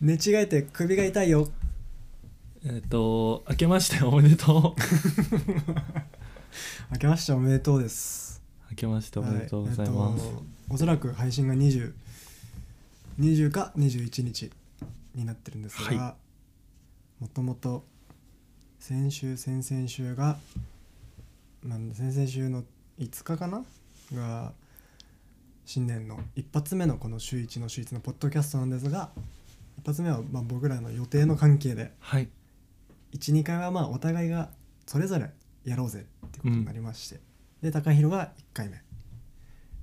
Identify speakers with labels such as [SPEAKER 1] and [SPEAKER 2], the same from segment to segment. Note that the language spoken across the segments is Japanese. [SPEAKER 1] 寝違えて首が痛いよ
[SPEAKER 2] えっ、と明けましておめでとう
[SPEAKER 1] 明けましておめでとうです
[SPEAKER 2] 明けましておめでとうございます、
[SPEAKER 1] はいえっとおそらく配信が2020 20か21日になってるんですが、
[SPEAKER 2] は
[SPEAKER 1] もともと先週先々週がなんで先々週の5日かなが新年の一発目のこの週1の週1のポッドキャストなんですが一発目はまあ僕らの予定の関係で
[SPEAKER 2] はい
[SPEAKER 1] 12回はまあお互いがそれぞれやろうぜってことになりまして、で高弘が1回目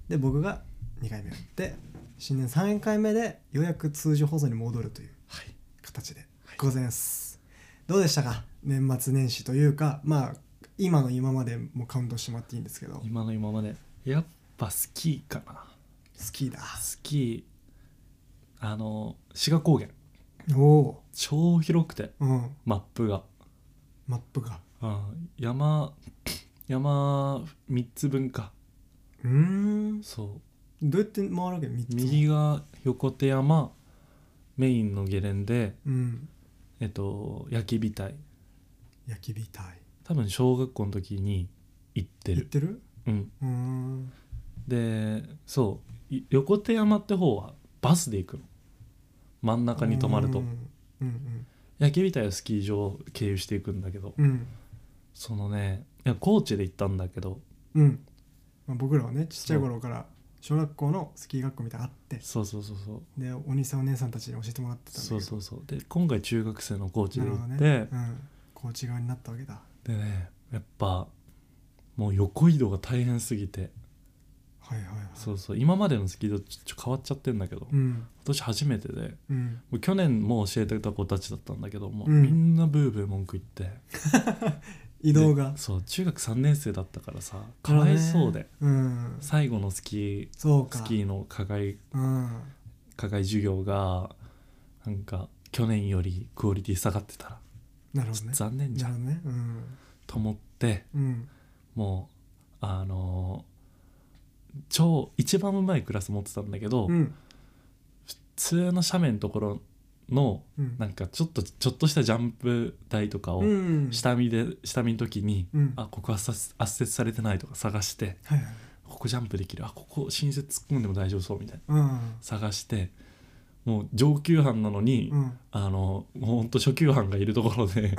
[SPEAKER 1] で僕が2回目で新年3回目でようやく通常放送に戻るという
[SPEAKER 2] はい
[SPEAKER 1] 形でございます、どうでしたか年末年始というかまあ今の今までもカウントしてもらっていいんですけど
[SPEAKER 2] 今の今までやっぱスキーかな
[SPEAKER 1] スキーだ
[SPEAKER 2] スキーあの志賀高原
[SPEAKER 1] おお
[SPEAKER 2] 超広くて
[SPEAKER 1] ーうん
[SPEAKER 2] マップが、
[SPEAKER 1] マップが
[SPEAKER 2] うん、山 山3つ分か
[SPEAKER 1] うーん
[SPEAKER 2] そう
[SPEAKER 1] どうやって回るわけ3つも
[SPEAKER 2] 右が横手山メインのゲレンデ
[SPEAKER 1] うん
[SPEAKER 2] えっと焼き火台
[SPEAKER 1] 焼き火台
[SPEAKER 2] 多分小学校の時に行って
[SPEAKER 1] 行っ
[SPEAKER 2] る
[SPEAKER 1] てる
[SPEAKER 2] うん
[SPEAKER 1] うーん
[SPEAKER 2] でそうい横手山って方はバスで行くの真ん中に泊まると
[SPEAKER 1] うんうん
[SPEAKER 2] 焼き火台はスキー場を経由していくんだけど、
[SPEAKER 1] うんうん
[SPEAKER 2] そのねいや高知で行ったんだけど
[SPEAKER 1] うん、まあ、僕らはねちっちゃい頃から小学校のスキー学校みたいなのあって
[SPEAKER 2] そうそうそうそう
[SPEAKER 1] でお兄さんお姉さんたちに教えてもらってたんだけ
[SPEAKER 2] そ
[SPEAKER 1] ど
[SPEAKER 2] うそうそうで今回中学生の高知
[SPEAKER 1] な
[SPEAKER 2] で
[SPEAKER 1] る
[SPEAKER 2] 行
[SPEAKER 1] ほどね
[SPEAKER 2] って、
[SPEAKER 1] うん、コーチ側になったわけだ
[SPEAKER 2] でねやっぱもう横移動が大変すぎて
[SPEAKER 1] はいはいはい
[SPEAKER 2] そうそう今までのスキー場ちょちょ変わっちゃってんだけど、今
[SPEAKER 1] ん
[SPEAKER 2] 年初めてで
[SPEAKER 1] うん
[SPEAKER 2] もう去年もう教えてた子たちだったんだけどもう、
[SPEAKER 1] うん
[SPEAKER 2] みんなブーブー文句言って
[SPEAKER 1] 移動が
[SPEAKER 2] でそう中学3年生だったからさ
[SPEAKER 1] な
[SPEAKER 2] か
[SPEAKER 1] るほど
[SPEAKER 2] わ
[SPEAKER 1] ね
[SPEAKER 2] いそうで、
[SPEAKER 1] うん
[SPEAKER 2] 最後のスキ
[SPEAKER 1] そう
[SPEAKER 2] ー
[SPEAKER 1] か
[SPEAKER 2] スキーの課外
[SPEAKER 1] うん
[SPEAKER 2] 課外授業がなんか去年よりクオリティ下がってたら、
[SPEAKER 1] なるほどね
[SPEAKER 2] 残念じ
[SPEAKER 1] な
[SPEAKER 2] ゃ
[SPEAKER 1] る
[SPEAKER 2] ん
[SPEAKER 1] ほどねうん
[SPEAKER 2] と思って
[SPEAKER 1] うん
[SPEAKER 2] もうあのー超一番うまいクラス持ってたんだけど、
[SPEAKER 1] うん
[SPEAKER 2] 普通の斜面のところの
[SPEAKER 1] うん
[SPEAKER 2] なんかちょっとちょっとしたジャンプ台とかを
[SPEAKER 1] うん
[SPEAKER 2] 下見で、下見の時に、
[SPEAKER 1] うん
[SPEAKER 2] あここはさ圧雪されてないとか探して
[SPEAKER 1] はいはい
[SPEAKER 2] ここジャンプできるあここ新雪突っ込んでも大丈夫そうみたいな
[SPEAKER 1] うん
[SPEAKER 2] 探してもう上級班なのに、
[SPEAKER 1] うん
[SPEAKER 2] あのもうほんと初級班がいるとこ ろで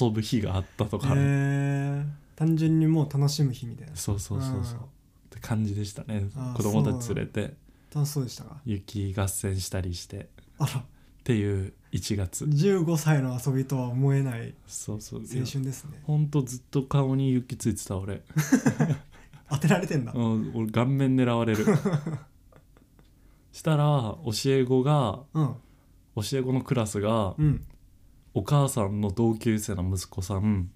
[SPEAKER 2] 遊ぶ日があったとかある、
[SPEAKER 1] へえ単純にもう楽しむ日みたいな
[SPEAKER 2] そうそうそうそう
[SPEAKER 1] うん
[SPEAKER 2] って感じでしたね
[SPEAKER 1] あ
[SPEAKER 2] 子供たち連れて
[SPEAKER 1] 楽しそうでしたか
[SPEAKER 2] 雪合戦したりしてっ
[SPEAKER 1] あら
[SPEAKER 2] ていう1月
[SPEAKER 1] 15歳の遊びとは思えない
[SPEAKER 2] そうそういや
[SPEAKER 1] 青春ですね
[SPEAKER 2] ほんとずっと顔に雪ついてた俺
[SPEAKER 1] 当てられてんだ
[SPEAKER 2] うん、俺顔面狙わ れるしたら教え子が
[SPEAKER 1] うん
[SPEAKER 2] 教え子のクラスが
[SPEAKER 1] うん
[SPEAKER 2] お母さんの同級生の息子さん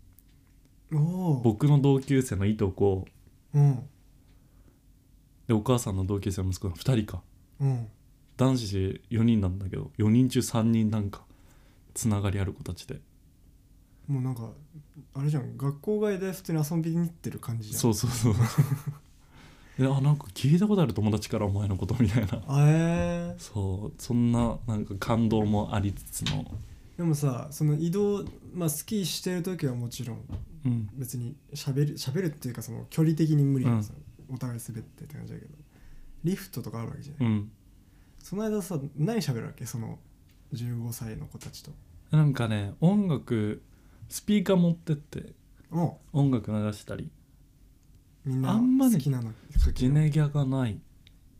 [SPEAKER 1] おお
[SPEAKER 2] 僕の同級生のいとこ
[SPEAKER 1] うん
[SPEAKER 2] でお母さんの同級生の息子が2人か
[SPEAKER 1] うん
[SPEAKER 2] 男子4人なんだけど4人中3人なんかつながりある子たちで
[SPEAKER 1] もうなんかあれじゃん学校外で普通に遊びに行ってる感じじゃん
[SPEAKER 2] そううそう そうであなんか聞いたことある友達からお前のことみたいな
[SPEAKER 1] えー
[SPEAKER 2] そうそんななんか感動もありつつの
[SPEAKER 1] でもさその移動まあスキーしてる時はもちろん
[SPEAKER 2] うん
[SPEAKER 1] 別にしゃべるしゃべるっていうかその距離的に無理なんですよ、お互い滑ってって感じだけどリフトとかあるわけじゃない、
[SPEAKER 2] うん
[SPEAKER 1] その間さ何喋るわけその15歳の子たちと
[SPEAKER 2] なんかね音楽スピーカー持ってって
[SPEAKER 1] も
[SPEAKER 2] 音楽流したり
[SPEAKER 1] うみんな
[SPEAKER 2] あんまね
[SPEAKER 1] 好きなの
[SPEAKER 2] ジェネギャがない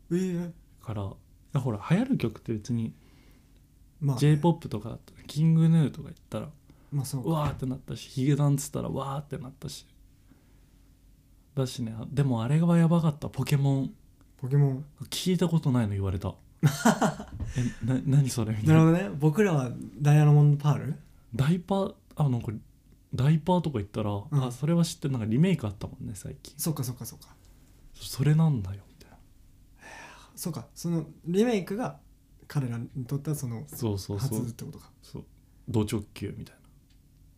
[SPEAKER 1] えー、
[SPEAKER 2] からいやほら流行る曲って別に
[SPEAKER 1] まあ、
[SPEAKER 2] j p o p とかだったらキングヌーとか言ったら
[SPEAKER 1] まあそう
[SPEAKER 2] うわーってなったしヒゲダンっつったらわーってなったしだしねでもあれがやばかったポケモン
[SPEAKER 1] ポケモン
[SPEAKER 2] 聞いたことないの言われたえな何それみた
[SPEAKER 1] ないる
[SPEAKER 2] な
[SPEAKER 1] ほどね僕らはダイヤモンドパール
[SPEAKER 2] ダイパーあなんかダイパーとか言ったら、
[SPEAKER 1] ん
[SPEAKER 2] あそれは知ってるなんかリメイクあったもんね最近
[SPEAKER 1] そっかそっかそっか
[SPEAKER 2] それなんだよみたいな
[SPEAKER 1] そうかそのリメイクが彼らにとってはその
[SPEAKER 2] そうそう
[SPEAKER 1] 初
[SPEAKER 2] そう
[SPEAKER 1] ってことか
[SPEAKER 2] そう同直球みたいな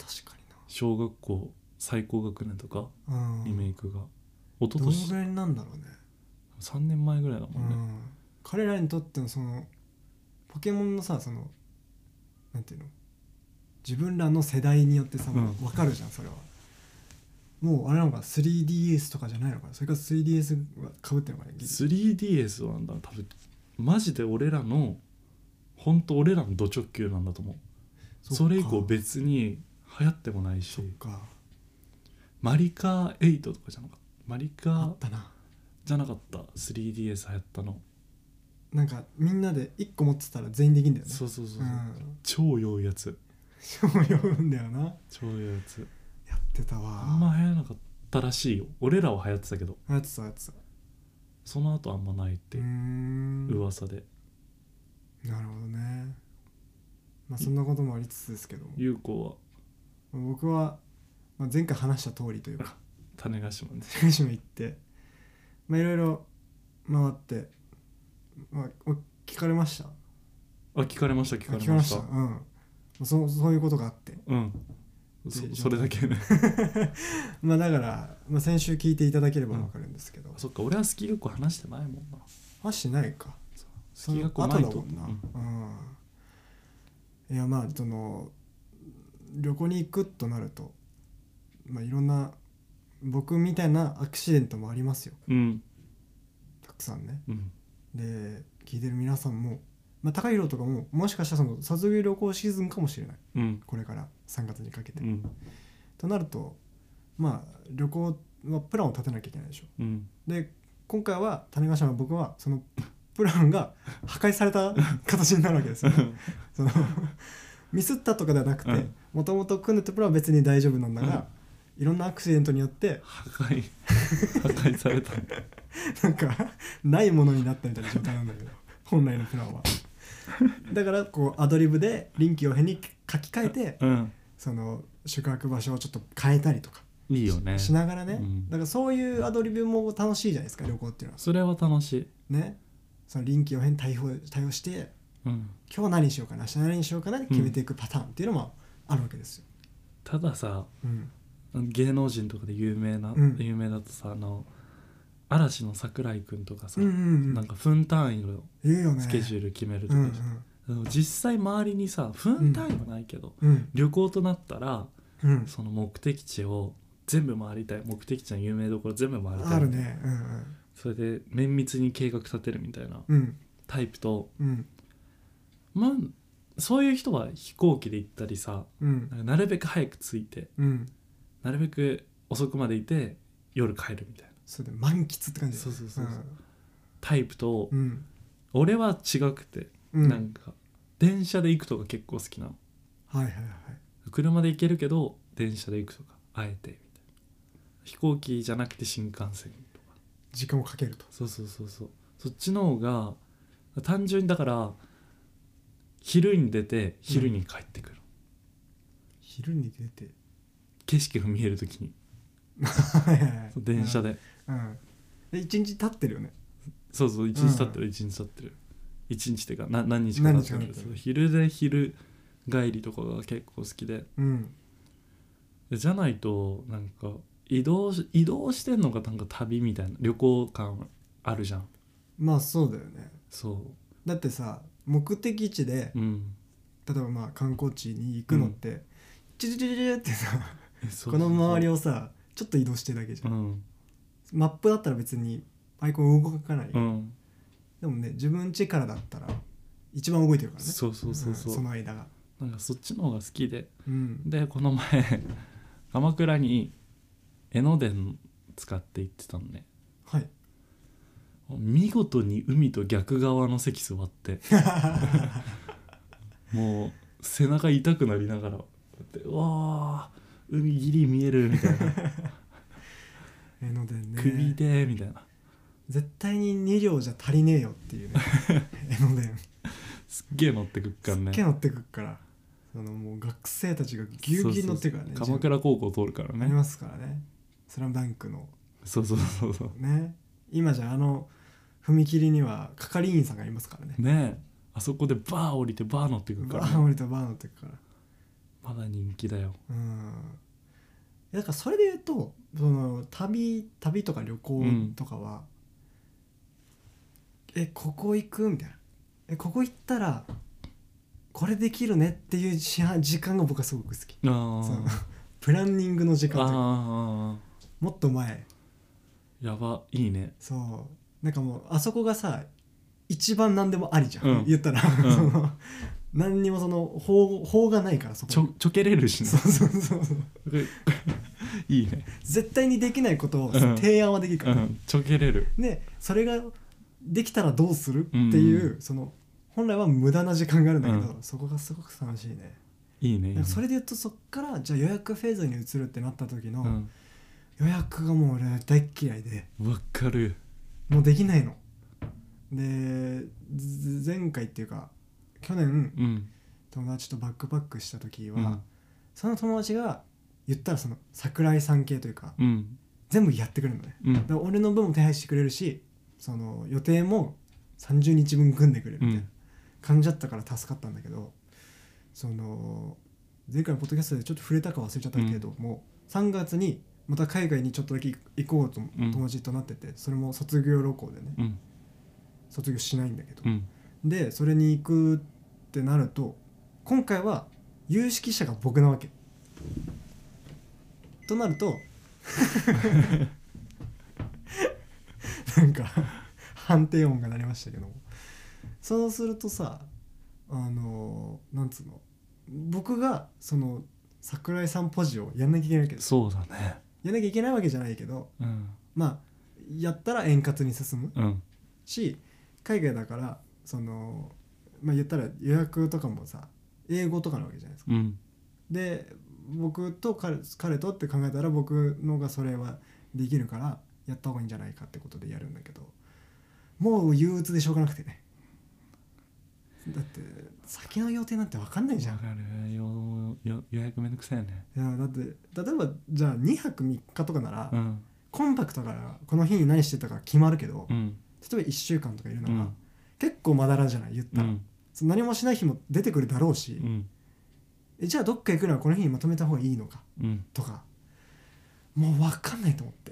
[SPEAKER 1] 確か
[SPEAKER 2] 小学校最高学年とか
[SPEAKER 1] になうん
[SPEAKER 2] リメイクが、一
[SPEAKER 1] ど
[SPEAKER 2] 昨
[SPEAKER 1] のぐ
[SPEAKER 2] 年
[SPEAKER 1] らいなんだろうね
[SPEAKER 2] 3年前ぐらいだ
[SPEAKER 1] う
[SPEAKER 2] もんね、
[SPEAKER 1] ん彼らにとってのそのポケモンのさそのなんていうの自分らの世代によってさ、
[SPEAKER 2] うん
[SPEAKER 1] 分かるじゃんそれはもうあれなのかな 3DS とかじゃないのかなそれから 3DS はかぶってるのかなギリ
[SPEAKER 2] 3DS はなんだ多分マジで俺らの本当俺らのド直球なんだと思う
[SPEAKER 1] っか
[SPEAKER 2] それ以降別に流行ってもないし
[SPEAKER 1] そっか
[SPEAKER 2] マリカ8とかじゃなかったマリ
[SPEAKER 1] あ
[SPEAKER 2] カ
[SPEAKER 1] ったな
[SPEAKER 2] じゃなかった 3DS 流行ったの
[SPEAKER 1] なんかみんなで1個持ってたら全員できんだよね
[SPEAKER 2] そうそうそうそう、
[SPEAKER 1] うん
[SPEAKER 2] 超良いやつ
[SPEAKER 1] 賞を読むんだよなや
[SPEAKER 2] 超良いやつ
[SPEAKER 1] ってた
[SPEAKER 2] あ
[SPEAKER 1] わ
[SPEAKER 2] んま流行らなかったらしいよ俺らは流行ってたけど
[SPEAKER 1] やってたやってた
[SPEAKER 2] その後あんまないっ
[SPEAKER 1] う
[SPEAKER 2] て
[SPEAKER 1] ーん
[SPEAKER 2] 噂で
[SPEAKER 1] なるほどねまあそんなこともありつつですけども
[SPEAKER 2] 優子は
[SPEAKER 1] 僕は、まあ、前回話した通りというか
[SPEAKER 2] 種子島で
[SPEAKER 1] 福島行ってまあいろいろ回って、まあ、お聞かれました
[SPEAKER 2] あ聞かれました聞か
[SPEAKER 1] あ
[SPEAKER 2] れまし
[SPEAKER 1] う
[SPEAKER 2] た
[SPEAKER 1] んまあそうそういうことがあって
[SPEAKER 2] うん
[SPEAKER 1] で
[SPEAKER 2] そそれだけね
[SPEAKER 1] まあだから、まあ、先週聞いていただければわかるんですけど、
[SPEAKER 2] あそっか俺はスキー学校話してないもんな
[SPEAKER 1] 話してないか
[SPEAKER 2] スキー学校
[SPEAKER 1] 後
[SPEAKER 2] 前
[SPEAKER 1] だ
[SPEAKER 2] と
[SPEAKER 1] もんな、
[SPEAKER 2] うん
[SPEAKER 1] うんいやまあその旅行に行くとなるとまあいろんな僕みたいなアクシデントもありますよ
[SPEAKER 2] うん
[SPEAKER 1] たくさんね
[SPEAKER 2] うん
[SPEAKER 1] で聞いてる皆さんも、まあ、高弘とかももしかしたらその卒業旅行シーズンかもしれない
[SPEAKER 2] うん
[SPEAKER 1] これから3月にかけて、
[SPEAKER 2] うん
[SPEAKER 1] となるとまあ旅行はプランを立てなきゃいけないでしょ
[SPEAKER 2] うん
[SPEAKER 1] で今回は種子島の僕はそのプランが破壊され た形になるわけですよそのミスったとかではなくて
[SPEAKER 2] うん
[SPEAKER 1] もともと組んでたプランは別に大丈夫なんだが、いろんなアクシデントによって
[SPEAKER 2] 破壊破壊された
[SPEAKER 1] なんかないものになったみたいな状態なんだけど本来のプランはだからこうアドリブで臨機応変に書き換えて
[SPEAKER 2] うん
[SPEAKER 1] その宿泊場所をちょっと変えたりとか
[SPEAKER 2] いいよね
[SPEAKER 1] しながらね、
[SPEAKER 2] うん
[SPEAKER 1] だからそういうアドリブも楽しいじゃないですか旅行っていうのは
[SPEAKER 2] それは楽しい
[SPEAKER 1] ねその臨機応変に対応対応して
[SPEAKER 2] うん
[SPEAKER 1] 今日何にしようかな明日何にしようかなで決めていくパターンっていうのもあるわけですよ、
[SPEAKER 2] たださ
[SPEAKER 1] うん、
[SPEAKER 2] 芸能人とかで有名な、
[SPEAKER 1] うん
[SPEAKER 2] 有名だとさあの嵐の桜井くんとかさ、
[SPEAKER 1] うんうんうん
[SPEAKER 2] なんか分単位の
[SPEAKER 1] 言うよね
[SPEAKER 2] スケジュ
[SPEAKER 1] ー
[SPEAKER 2] ール決めると
[SPEAKER 1] う
[SPEAKER 2] か、
[SPEAKER 1] ん
[SPEAKER 2] でも実際周りにさ分単位はないけど、
[SPEAKER 1] うん
[SPEAKER 2] 旅行となったら
[SPEAKER 1] うん、うん、
[SPEAKER 2] その目的地を全部回りたい目的地の有名どころ全部回りたい
[SPEAKER 1] あるねうん
[SPEAKER 2] それで綿密に計画立てるみたいな
[SPEAKER 1] うんうん
[SPEAKER 2] タイプと
[SPEAKER 1] うん
[SPEAKER 2] まあそういう人は飛行機で行ったりさ
[SPEAKER 1] うん
[SPEAKER 2] なんかなるべく早く着いて
[SPEAKER 1] うん
[SPEAKER 2] なるべく遅くまでいて夜帰るみたいな
[SPEAKER 1] それで満喫って感じだ
[SPEAKER 2] そ
[SPEAKER 1] よ
[SPEAKER 2] う
[SPEAKER 1] ね
[SPEAKER 2] そうそうそうタイプと
[SPEAKER 1] うん
[SPEAKER 2] 俺は違くて、
[SPEAKER 1] うん、うん、
[SPEAKER 2] なんか電車で行くとか結構好きなの
[SPEAKER 1] はいはいはい
[SPEAKER 2] 車で行けるけど電車で行くとかあえてみたいな飛行機じゃなくて新幹線とか
[SPEAKER 1] 時間をかけると
[SPEAKER 2] そうそうそうそうそっちの方が単純にだから昼に出て昼に帰ってくる、
[SPEAKER 1] 昼に出て
[SPEAKER 2] 景色が見える時に
[SPEAKER 1] はいはいはい
[SPEAKER 2] そう電車で、
[SPEAKER 1] うんで一日経ってるよね
[SPEAKER 2] そうそう一日経ってる一日経ってる一日っていうかな何日か経って
[SPEAKER 1] 何日
[SPEAKER 2] る
[SPEAKER 1] か経ってる
[SPEAKER 2] そう昼で昼帰りとかが結構好きで
[SPEAKER 1] うん
[SPEAKER 2] でじゃないとなんか移動し移動してんのがなんか旅みたいな旅行感あるじゃん
[SPEAKER 1] まあそうだよね
[SPEAKER 2] そ
[SPEAKER 1] だってさ目的地で
[SPEAKER 2] ううん
[SPEAKER 1] 例えばまあ観光地に行くのって、チュチュチュチュチュってさこの周り
[SPEAKER 2] を
[SPEAKER 1] をさちょっと移動してるだけじゃ、
[SPEAKER 2] うんん
[SPEAKER 1] マップだったら別にアイコン動かない、
[SPEAKER 2] うん
[SPEAKER 1] でもね自分家からだったら一番動いてるからね
[SPEAKER 2] そうそうそうそう、
[SPEAKER 1] んその間が
[SPEAKER 2] なんかそっちの方が好きで
[SPEAKER 1] うん
[SPEAKER 2] でこの前 鎌倉に江ノ電使って行ってたのね
[SPEAKER 1] はい
[SPEAKER 2] 見事に海と逆側の席座って もう背中痛くなりながらでうわー海ギリ見えるみたいな
[SPEAKER 1] 江ノ電ね
[SPEAKER 2] 首でみたいな
[SPEAKER 1] 絶対に2両じゃ足りねえよって いうね江ノ電
[SPEAKER 2] すっげえ乗ってくっか
[SPEAKER 1] す
[SPEAKER 2] ん
[SPEAKER 1] っ
[SPEAKER 2] ね
[SPEAKER 1] げえ乗ってくっからそのもう学生たちがぎゅうぎゅうに乗ってくからね
[SPEAKER 2] そうそうそう鎌倉高校通るから
[SPEAKER 1] あり
[SPEAKER 2] ね
[SPEAKER 1] ますからね「スラムダンクの
[SPEAKER 2] そうそうそうそう
[SPEAKER 1] ね今じゃあの踏切には係員さんがいますからね
[SPEAKER 2] ねえあそこでバー降りてバー乗ってくっか
[SPEAKER 1] バ
[SPEAKER 2] ら
[SPEAKER 1] ー
[SPEAKER 2] ね、
[SPEAKER 1] 降りとバーの時から
[SPEAKER 2] まだ人気だよ
[SPEAKER 1] うんだからそれで言うとその旅旅とか旅行とかは、えここ行くみたいなえここ行ったらこれできるねっていう時間時間が僕はすごく好き
[SPEAKER 2] あ
[SPEAKER 1] そう
[SPEAKER 2] ー
[SPEAKER 1] プランニングの時間というか
[SPEAKER 2] あ
[SPEAKER 1] もっと前
[SPEAKER 2] ーやばいいね
[SPEAKER 1] そうなんかもうあそこがさ一番何でもありじゃん、
[SPEAKER 2] うん
[SPEAKER 1] 言ったら、
[SPEAKER 2] ん
[SPEAKER 1] その何にもその法法がないからそこ
[SPEAKER 2] ちょ
[SPEAKER 1] に
[SPEAKER 2] ちょけれるしね
[SPEAKER 1] そうそうそうそう
[SPEAKER 2] いいね、
[SPEAKER 1] 絶対にできないことを
[SPEAKER 2] うん
[SPEAKER 1] 提案はできるか
[SPEAKER 2] う
[SPEAKER 1] ら、
[SPEAKER 2] ん、ちょけれる
[SPEAKER 1] でそれができたらどうするっていう、その本来は無駄な時間があるんだけど、そこがすごく楽しいね、
[SPEAKER 2] いいねいい
[SPEAKER 1] な
[SPEAKER 2] ね
[SPEAKER 1] んかそれで言うとそっからじゃあ予約フェーズに移るってなった時の、
[SPEAKER 2] うん
[SPEAKER 1] 予約がもう俺は大っ嫌いで
[SPEAKER 2] わかる
[SPEAKER 1] もうできないのでず前回っていうか去年
[SPEAKER 2] うん
[SPEAKER 1] 友達とバックパックした時は、
[SPEAKER 2] うん
[SPEAKER 1] その友達が言ったらその桜井さん系というか
[SPEAKER 2] うん
[SPEAKER 1] 全部やってくれるのね
[SPEAKER 2] うん
[SPEAKER 1] だから俺の分も手配してくれるしその予定も30日分組んでくれるみたいな感じだったから助かったんだけど、その前回のポッドキャストでちょっと触れたか忘れちゃったけども、3月にまた海外にちょっとだけ行こうと
[SPEAKER 2] うん
[SPEAKER 1] 友達となってて、それも卒業旅行でね
[SPEAKER 2] うん
[SPEAKER 1] 卒業しないんだけど、
[SPEAKER 2] うん
[SPEAKER 1] でそれに行くってなると今回は有識者が僕なわけ。となるとなんか判定音が鳴りましたけどもそうするとさあのなんつうの僕がその桜井さんポジをやんなきゃいけないわけです
[SPEAKER 2] そうだね
[SPEAKER 1] やんなきゃいけないわけじゃないけど
[SPEAKER 2] うん
[SPEAKER 1] まあやったら円滑に進む
[SPEAKER 2] うん
[SPEAKER 1] し海外だからそのまあ言ったら予約とかもさ英語とかなわけじゃないですか。
[SPEAKER 2] うん
[SPEAKER 1] で僕と彼彼とって考えたら僕のがそれはできるからやった方がいいんじゃないかってことでやるんだけどもう憂鬱でしょうがなくてねだって先の予定なんて分かんないじゃん
[SPEAKER 2] わかるよよ予約めんどくさいよね
[SPEAKER 1] いやだって例えばじゃあ2泊3日とかなら、
[SPEAKER 2] うん
[SPEAKER 1] コンパクトからこの日に何してたか決まるけど、
[SPEAKER 2] うん
[SPEAKER 1] 例えば1週間とかいる
[SPEAKER 2] う
[SPEAKER 1] なら、
[SPEAKER 2] ん
[SPEAKER 1] 結構まだらじゃない言っ
[SPEAKER 2] う
[SPEAKER 1] たら、
[SPEAKER 2] ん
[SPEAKER 1] その何もしない日も出てくるだろうし、
[SPEAKER 2] うん
[SPEAKER 1] えじゃあどっか行くのはこの日にまとめた方がいいのか
[SPEAKER 2] うん
[SPEAKER 1] とかもう分かんないと思って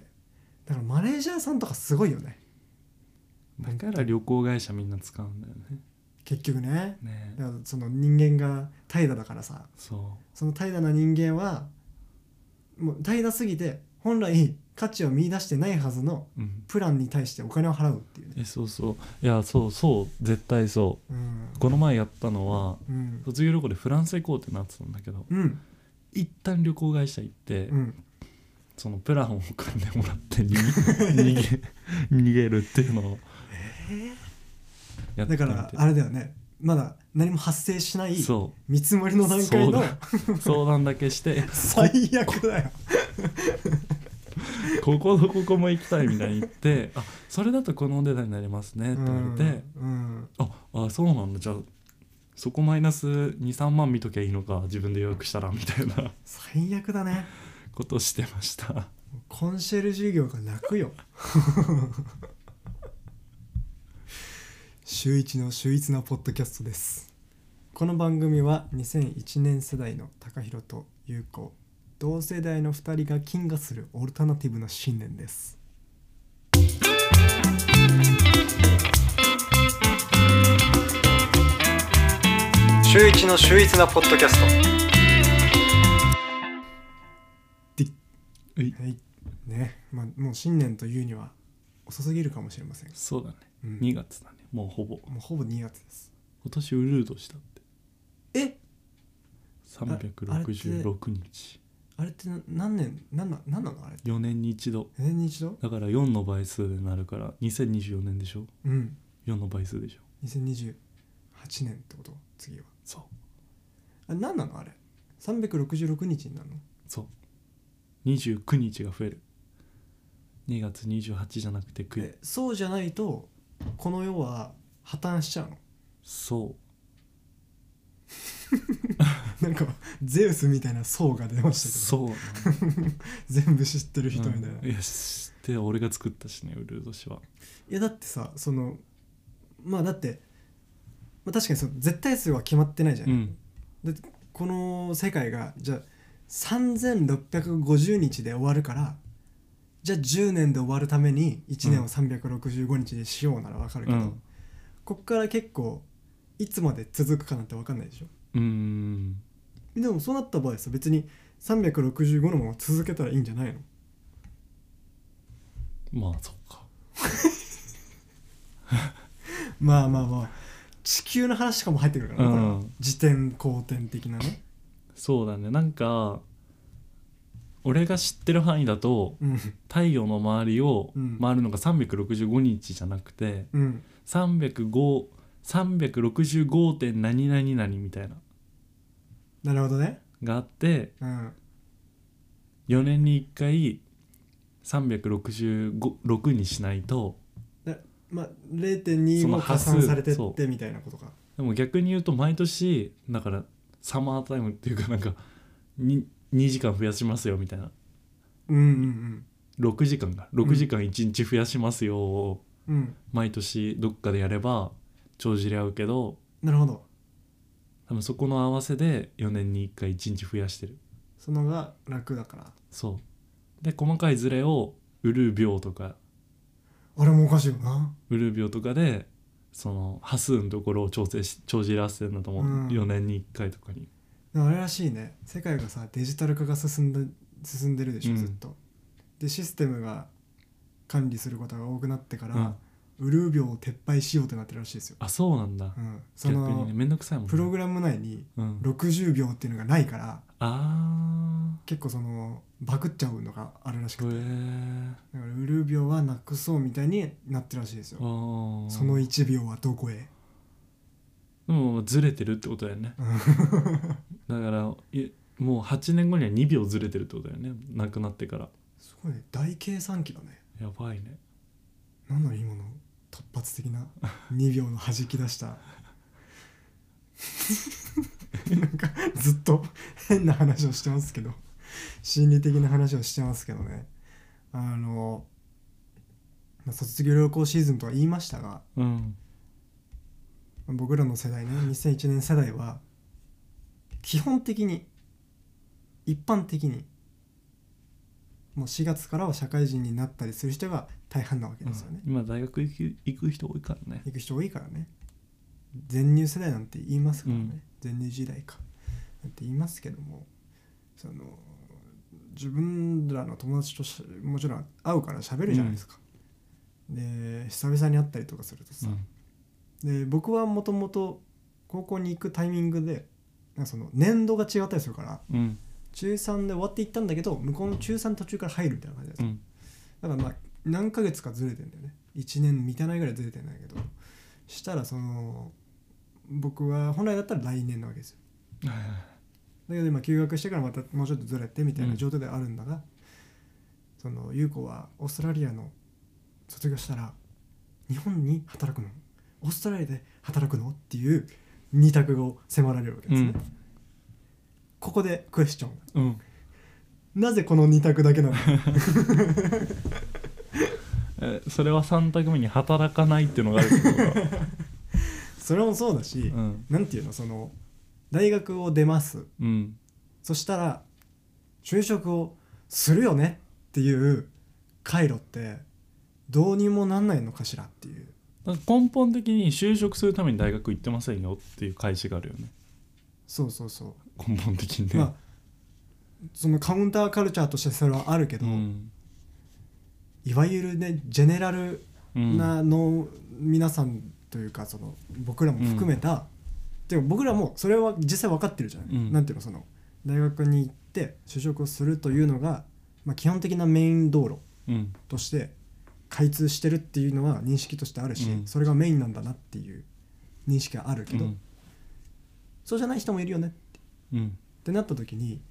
[SPEAKER 1] だからマネージャーさんとかすごいよね
[SPEAKER 2] だから旅行会社みんな使うんだよね
[SPEAKER 1] 結局ね
[SPEAKER 2] ね
[SPEAKER 1] だからその人間が怠惰だからさ
[SPEAKER 2] そ
[SPEAKER 1] その怠惰な人間はもう怠惰すぎて本来価値を見出してないはずの
[SPEAKER 2] ううん
[SPEAKER 1] プランに対してお金を払うっていうね
[SPEAKER 2] えそうそういやそうそう絶対そ
[SPEAKER 1] うん
[SPEAKER 2] うこの前やったのは
[SPEAKER 1] うん
[SPEAKER 2] 卒業旅行でフランス行こうってなってたんだけど
[SPEAKER 1] うん
[SPEAKER 2] 一旦旅行会社行って、
[SPEAKER 1] うん
[SPEAKER 2] そのプランを組んでもらってに 逃げ逃げるっていうのをやっ
[SPEAKER 1] だ
[SPEAKER 2] てみて
[SPEAKER 1] からあれだよねまだ何も発生しない
[SPEAKER 2] そ
[SPEAKER 1] 見積もりの段階の
[SPEAKER 2] そうう相談だ けして
[SPEAKER 1] 最悪だよ
[SPEAKER 2] こことここも行きたいみたいに言ってあそれだとこのお値段になりますねって言われて、
[SPEAKER 1] うん
[SPEAKER 2] ああそうなんだじゃあそこマイナス23万見ときゃいいのか自分で予約したらみたいな
[SPEAKER 1] 最悪だね
[SPEAKER 2] ことをしてました
[SPEAKER 1] コンシェルジュ業が泣くよ 週一の秀逸なポッドキャストですこの番組は2001年世代の高弘と優子同世代の2人が金がするオルタナティブな信念です週一の秀逸なポッドキャスト
[SPEAKER 2] はい
[SPEAKER 1] はいねまあもう新年というには遅すぎるかもしれませんが、
[SPEAKER 2] そうだね
[SPEAKER 1] うん
[SPEAKER 2] 2月だねもうほぼ
[SPEAKER 1] もうほぼ2月です
[SPEAKER 2] 今年ウルードしたって
[SPEAKER 1] え
[SPEAKER 2] 366日
[SPEAKER 1] あれってな何年何な何なのあれって
[SPEAKER 2] 4年に一度
[SPEAKER 1] 4年に一度
[SPEAKER 2] だから4の倍数になるから2024年でしょ
[SPEAKER 1] うん
[SPEAKER 2] 4の倍数でしょ
[SPEAKER 1] 2028年ってこと次は
[SPEAKER 2] そう
[SPEAKER 1] あれ何なのあれ366日になるの
[SPEAKER 2] そう29日が増える2月28じゃなくて9
[SPEAKER 1] えそうじゃないとこの世は破綻しちゃうの
[SPEAKER 2] そ
[SPEAKER 1] なんかゼウスみたいな層が出ま
[SPEAKER 2] う
[SPEAKER 1] したけど
[SPEAKER 2] そう
[SPEAKER 1] 全部知ってる人
[SPEAKER 2] な
[SPEAKER 1] み
[SPEAKER 2] の
[SPEAKER 1] たいな、
[SPEAKER 2] うんいや知って俺が作ったしねウルード氏はい
[SPEAKER 1] やだってさそのまあだって、まあ、確かにその絶対数は決まってないじゃ
[SPEAKER 2] う
[SPEAKER 1] ない、
[SPEAKER 2] ん
[SPEAKER 1] だってこの世界がじゃあ3650日で終わるからじゃあ10年で終わるために1年を365日でしようならわかるけど、
[SPEAKER 2] うん
[SPEAKER 1] こっから結構いつまで続くかなんて分かんないでしょ
[SPEAKER 2] うん
[SPEAKER 1] でもそうなった場合さ別に365のまま続けたらいいんじゃないの
[SPEAKER 2] まあそうか
[SPEAKER 1] まあまあまあ地球の話とかも入ってくるからね、
[SPEAKER 2] う
[SPEAKER 1] こ
[SPEAKER 2] ん
[SPEAKER 1] れは時点後転的なね
[SPEAKER 2] そうだねなんか俺が知ってる範囲だと
[SPEAKER 1] うん
[SPEAKER 2] 太陽の周りを
[SPEAKER 1] うん
[SPEAKER 2] 回るのが365日じゃなくて
[SPEAKER 1] うん
[SPEAKER 2] 305 365. 点何々々みたいな
[SPEAKER 1] なるほどね
[SPEAKER 2] があって
[SPEAKER 1] うん
[SPEAKER 2] 4年に1回366にしないと
[SPEAKER 1] まあ0.2
[SPEAKER 2] その
[SPEAKER 1] も加
[SPEAKER 2] 端数
[SPEAKER 1] 算されてっ
[SPEAKER 2] そ
[SPEAKER 1] てみたいなことか
[SPEAKER 2] でも逆に言うと毎年だからサマータイムっていうかなんかに2時間増やしますよみたいな
[SPEAKER 1] うんうん
[SPEAKER 2] 6時間が
[SPEAKER 1] う
[SPEAKER 2] 6
[SPEAKER 1] ん
[SPEAKER 2] 時間1日増やしますよを
[SPEAKER 1] うんうん
[SPEAKER 2] 毎年どっかでやれば帳尻合うけど
[SPEAKER 1] なるほど
[SPEAKER 2] 多分そこの合わせで4年に1回1日増やしてる
[SPEAKER 1] そのが楽だから
[SPEAKER 2] そうで細かいズレをウルー秒とか
[SPEAKER 1] あれもおかしいよな
[SPEAKER 2] ウルー秒とかでその端数のところを調整し帳尻合わせてるんだと思う、
[SPEAKER 1] うん
[SPEAKER 2] 4年に1回とかに
[SPEAKER 1] でもあれらしいね世界がさデジタル化が進んだ進んでるでしょ、
[SPEAKER 2] うん
[SPEAKER 1] ずっとでシステムが管理することが多くなってから、
[SPEAKER 2] うん
[SPEAKER 1] ウルー秒を撤廃しようってなってるらしいですよ、
[SPEAKER 2] あそうなんだ、
[SPEAKER 1] うん、そ
[SPEAKER 2] 逆
[SPEAKER 1] の
[SPEAKER 2] にねめんどくさいもんね
[SPEAKER 1] プログラム内に
[SPEAKER 2] うん、
[SPEAKER 1] 60秒っていうのがないから
[SPEAKER 2] あ
[SPEAKER 1] 結構そのバグっちゃうのがあるらし
[SPEAKER 2] ー
[SPEAKER 1] く
[SPEAKER 2] へ
[SPEAKER 1] て
[SPEAKER 2] え
[SPEAKER 1] だからウルー秒はなくそうみたいになってるらしいですよ
[SPEAKER 2] あ
[SPEAKER 1] その1秒はどこへ
[SPEAKER 2] でもずれてるってことだよねだからいもう8年後には2秒ずれてるってことだよねなくなってから
[SPEAKER 1] すごいね大計算機だね
[SPEAKER 2] やばいね
[SPEAKER 1] なんだろう今の突発的な2秒の弾き出したなんかずっと変な話をしてますけど心理的な話をしてますけどねあの、まあ、卒業旅行シーズンとは言いましたが
[SPEAKER 2] うん
[SPEAKER 1] 僕らの世代ね2001年世代は基本的に一般的にもう4月からは社会人になったりする人が大半なわけですよね、
[SPEAKER 2] 今大学行く行く人多いからね
[SPEAKER 1] 行く人多いからね全入世代なんて言いますからね、全入時代かなんて言いますけどもその自分らの友達としもちろん会うから喋るじゃないですか、で久々に会ったりとかするとさ、で僕はもともと高校に行くタイミングでなんかその年度が違ったりするから
[SPEAKER 2] うんうん
[SPEAKER 1] 中3で終わっていったんだけど向こうの中3途中から入るみたいな感じだった
[SPEAKER 2] うん
[SPEAKER 1] だからまあ何ヶ月かずれてんだよね1年満たないぐらいずれてんだけどしたらその僕は本来だったら来年なわけですよ
[SPEAKER 2] はいはい
[SPEAKER 1] だけど今休学してからまたもうちょっとずれてみたいな状態ではあるんだが、その優子はオーストラリアの卒業したら日本に働くのオーストラリアで働くのっていう二択を迫られるわけですね、
[SPEAKER 2] うん
[SPEAKER 1] ここでクエスチョン
[SPEAKER 2] うん
[SPEAKER 1] なぜこの二択だ けなの
[SPEAKER 2] えそれは3択目に働かないっていうのがあるけど、
[SPEAKER 1] それもそうだし、
[SPEAKER 2] うん
[SPEAKER 1] なんていうのその大学を出ます
[SPEAKER 2] うん、
[SPEAKER 1] そしたら就職をするよねっていう回路ってどうにもなんないのかしらっていう
[SPEAKER 2] だから根本的に就職するために大学行ってませんよっていう返しがあるよね
[SPEAKER 1] そうそうそ
[SPEAKER 2] 根本的に
[SPEAKER 1] う、
[SPEAKER 2] ね、
[SPEAKER 1] まあそのカウンターカルチャーとしてそれはあるけど、
[SPEAKER 2] うん
[SPEAKER 1] いわゆるねジェネラル
[SPEAKER 2] うん、
[SPEAKER 1] なの皆さんというかその僕らも含めた、でも僕らもそれは実際分かってるじゃない、
[SPEAKER 2] うん
[SPEAKER 1] なんていうのその大学に行って就職をするというのが、まあ、基本的なメイン道路
[SPEAKER 2] うん
[SPEAKER 1] として開通してるっていうのは認識としてあるし、
[SPEAKER 2] うん
[SPEAKER 1] それがメインなんだなっていう認識はあるけど、
[SPEAKER 2] うん
[SPEAKER 1] そうじゃない人もいるよね
[SPEAKER 2] うん
[SPEAKER 1] ってなった時に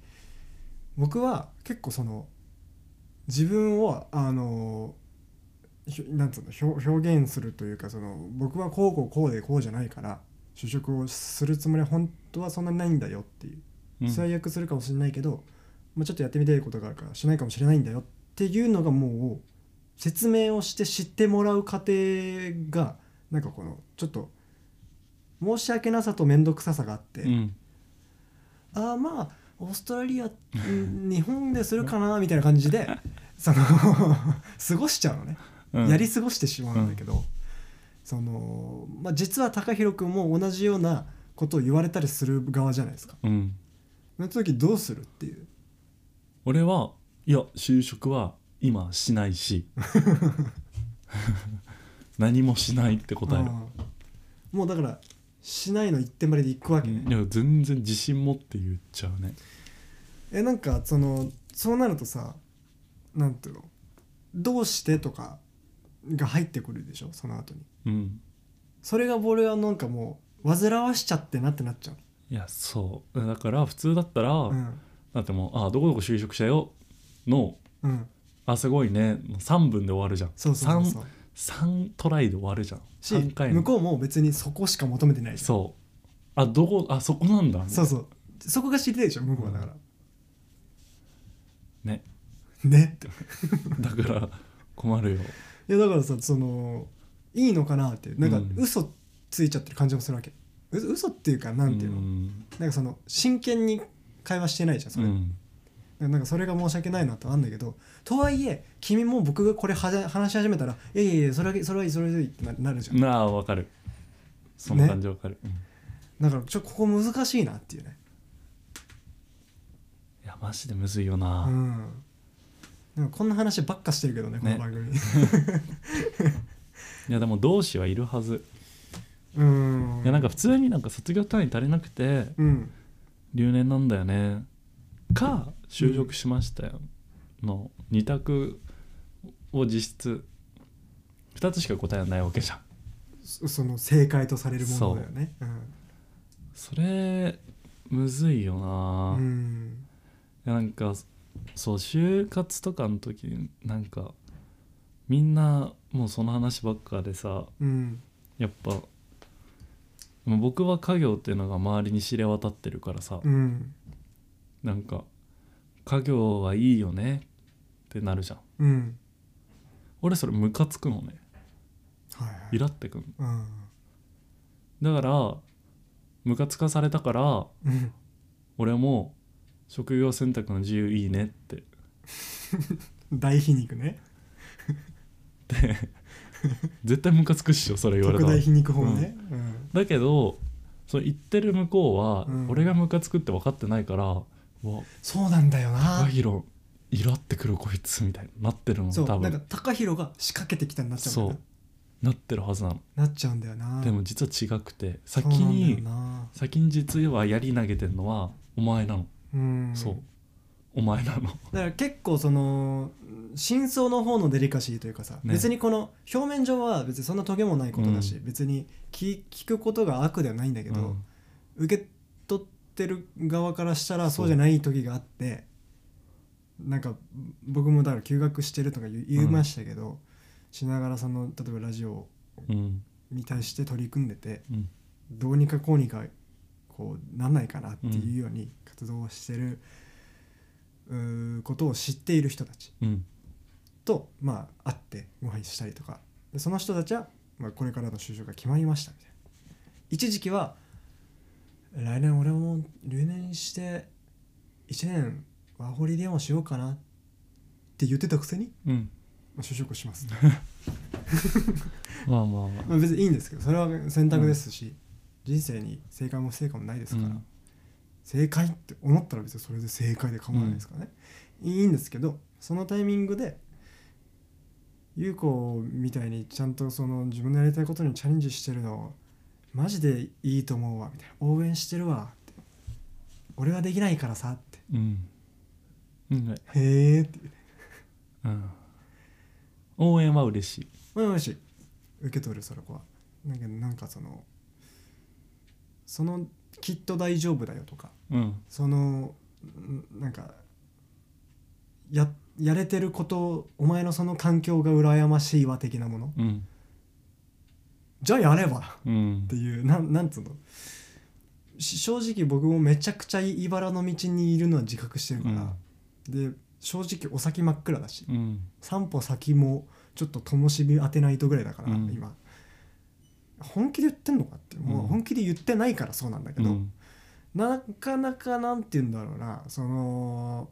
[SPEAKER 1] 僕は結構その自分をあのひょなんつうのひょ表現するというかその僕はこうこうこうでこうじゃないから就職をするつもりは本当はそんなにないんだよっていう
[SPEAKER 2] うん
[SPEAKER 1] 最悪するかもしれないけど、まあ、ちょっとやってみたいことがあるからしないかもしれないんだよっていうのがもう説明をして知ってもらう過程がなんかこのちょっと申し訳なさと面倒くささがあって、
[SPEAKER 2] うん
[SPEAKER 1] ああまあオーストラリアうん日本でするかなみたいな感じ でその過ごしちゃうのね、
[SPEAKER 2] うん
[SPEAKER 1] やり過ごしてしまうんだけど、その、まあ、実は高弘君も同じようなことを言われたりする側じゃないですか
[SPEAKER 2] うん
[SPEAKER 1] その時どうするっていう
[SPEAKER 2] 俺はいや就職は今しないし 何もしないって答える、
[SPEAKER 1] ああもうだからしないの一点張りで行くわけね、
[SPEAKER 2] いや全然自信持って言っちゃうね
[SPEAKER 1] えなんかそのそうなるとさなんていうのどうしてとかが入ってくるでしょその後に
[SPEAKER 2] うん
[SPEAKER 1] それが俺はなんかもう煩わしちゃってなってなっちゃ
[SPEAKER 2] いやそうだから普通だったら、
[SPEAKER 1] ううん
[SPEAKER 2] だってもう「あどこどこ就職したよ」の
[SPEAKER 1] うん
[SPEAKER 2] 「あすごいね」の3分で終わるじゃん
[SPEAKER 1] そうそうそうそう
[SPEAKER 2] 3, トライで終わるじゃん
[SPEAKER 1] し
[SPEAKER 2] 3回
[SPEAKER 1] 向こうも別にそこしか求めてないじゃん
[SPEAKER 2] そうあどこあそこなんだ
[SPEAKER 1] そうそうそこが知りたいでしょ向こうはだから、
[SPEAKER 2] ね
[SPEAKER 1] ね
[SPEAKER 2] だから困るよ
[SPEAKER 1] いやだからさそのいいのかなっていうなんか
[SPEAKER 2] うん
[SPEAKER 1] 嘘ついちゃってる感じもするわけう嘘っていうかなんていうの、
[SPEAKER 2] ん
[SPEAKER 1] なんかその真剣に会話してないじゃんそれ、
[SPEAKER 2] うん
[SPEAKER 1] なんかそれが申し訳ないなとはあんだけどとはいえ君も僕がこれはじゃ話し始めたら「いやいやいやそれはそれはいいそれはいい」ってななるじゃん、
[SPEAKER 2] なあわかるその感じわかる、うんい
[SPEAKER 1] だからちょっとここ難しいなっていうね
[SPEAKER 2] やマジでむずいよ
[SPEAKER 1] う
[SPEAKER 2] な、
[SPEAKER 1] んなんかこんな話ばっかしてるけどねこの
[SPEAKER 2] ね
[SPEAKER 1] 番組、
[SPEAKER 2] いやでも同志はいるはず、
[SPEAKER 1] うん
[SPEAKER 2] いやなんか普通になんか卒業単位足りなくて
[SPEAKER 1] うん
[SPEAKER 2] 留年なんだよねか就職しましたよ、の2択を実質2つしか答えはないわけじゃん
[SPEAKER 1] そその正解とされるものだよねうん
[SPEAKER 2] それむずいよな、
[SPEAKER 1] う
[SPEAKER 2] い
[SPEAKER 1] ん
[SPEAKER 2] やなんかそう就活とかの時になんかみんなもうその話ばっかでさ
[SPEAKER 1] うん
[SPEAKER 2] やっぱもう僕は家業っていうのが周りに知れ渡ってるからさ、
[SPEAKER 1] うん
[SPEAKER 2] なんか家業はいいよねってなるじゃん
[SPEAKER 1] うん
[SPEAKER 2] 俺それムカつくのね
[SPEAKER 1] はいはい
[SPEAKER 2] イラってくん
[SPEAKER 1] うん
[SPEAKER 2] だからムカつかされたから
[SPEAKER 1] うん
[SPEAKER 2] 俺も職業選択の自由いいねって
[SPEAKER 1] 大皮肉ね
[SPEAKER 2] 絶対ムカつくっしょそれ言われ
[SPEAKER 1] 特
[SPEAKER 2] たら
[SPEAKER 1] 大皮肉法ねうん
[SPEAKER 2] だけどその言ってる向こうは、
[SPEAKER 1] うん
[SPEAKER 2] 俺がムカつくって分かってないからうわ
[SPEAKER 1] そうなんだよな
[SPEAKER 2] 高弘イラってくるこいつみたいになってるの
[SPEAKER 1] そ
[SPEAKER 2] 多
[SPEAKER 1] うなんか
[SPEAKER 2] 分
[SPEAKER 1] 高弘が仕掛けてきたになっちゃうんだよ
[SPEAKER 2] そうなってるはずなの、
[SPEAKER 1] ななっちゃうんだよな
[SPEAKER 2] でも実は違くて
[SPEAKER 1] そう
[SPEAKER 2] 先
[SPEAKER 1] なんだよ
[SPEAKER 2] に
[SPEAKER 1] な
[SPEAKER 2] 先に実は槍投げてんのはお前なの、
[SPEAKER 1] うん
[SPEAKER 2] そうお前なの
[SPEAKER 1] だから結構その真相の方のデリカシーというかさ、
[SPEAKER 2] ね
[SPEAKER 1] 別にこの表面上は別にそんなトゲもないことだし、別に聞聞くことが悪ではないんだけど、
[SPEAKER 2] うん
[SPEAKER 1] 受け取ってる側からしたらそうじゃない時があってなんか僕もだから休学してるとか言い言いましたけど、しながらその例えばラジオ
[SPEAKER 2] うん
[SPEAKER 1] に対して取り組んでて
[SPEAKER 2] うん
[SPEAKER 1] どうにかこうにかこうなんないかなっていうように活動をしてる、うーことを知っている人たち
[SPEAKER 2] うん
[SPEAKER 1] と、まあ、会ってご飯したりとかでその人たちは、まあ、これからの就職が決まりましたみたいな一時期は来年俺も留年して1年ワーホリでもしようかなって言ってたくせに、
[SPEAKER 2] うん
[SPEAKER 1] まあ、就職をします
[SPEAKER 2] まあまあまあ
[SPEAKER 1] まあ別にいいんですけどそれは選択ですし、人生に正解も不正解もないですから、
[SPEAKER 2] うん
[SPEAKER 1] 正解って思ったら別にそれで正解で構わないですからね、いいんですけどそのタイミングで優子みたいにちゃんとその自分のやりたいことにチャレンジしてるのマジでいいと思うわみたいな応援してるわって俺はできないからさって
[SPEAKER 2] うんうんね
[SPEAKER 1] へえって
[SPEAKER 2] うん応援は嬉しい
[SPEAKER 1] もしもし受け取るその子はなんかなんかそのそのきっと大丈夫だよとか
[SPEAKER 2] うん
[SPEAKER 1] そのんなんかややれてることお前のその環境が羨ましいわ的なもの
[SPEAKER 2] うん
[SPEAKER 1] じゃあやればっ
[SPEAKER 2] うん
[SPEAKER 1] ていうなんなんつうのし正直僕もめちゃくちゃ茨の道にいるのは自覚してるから、で正直お先真っ暗だし
[SPEAKER 2] うん
[SPEAKER 1] 三歩先もちょっと灯火当てないとぐらいだから、
[SPEAKER 2] うん
[SPEAKER 1] 今本気で言ってんのかってもううん本気で言ってないからそうなんだけ
[SPEAKER 2] う
[SPEAKER 1] ど、
[SPEAKER 2] ん
[SPEAKER 1] なかなかなんて言うんだろうなその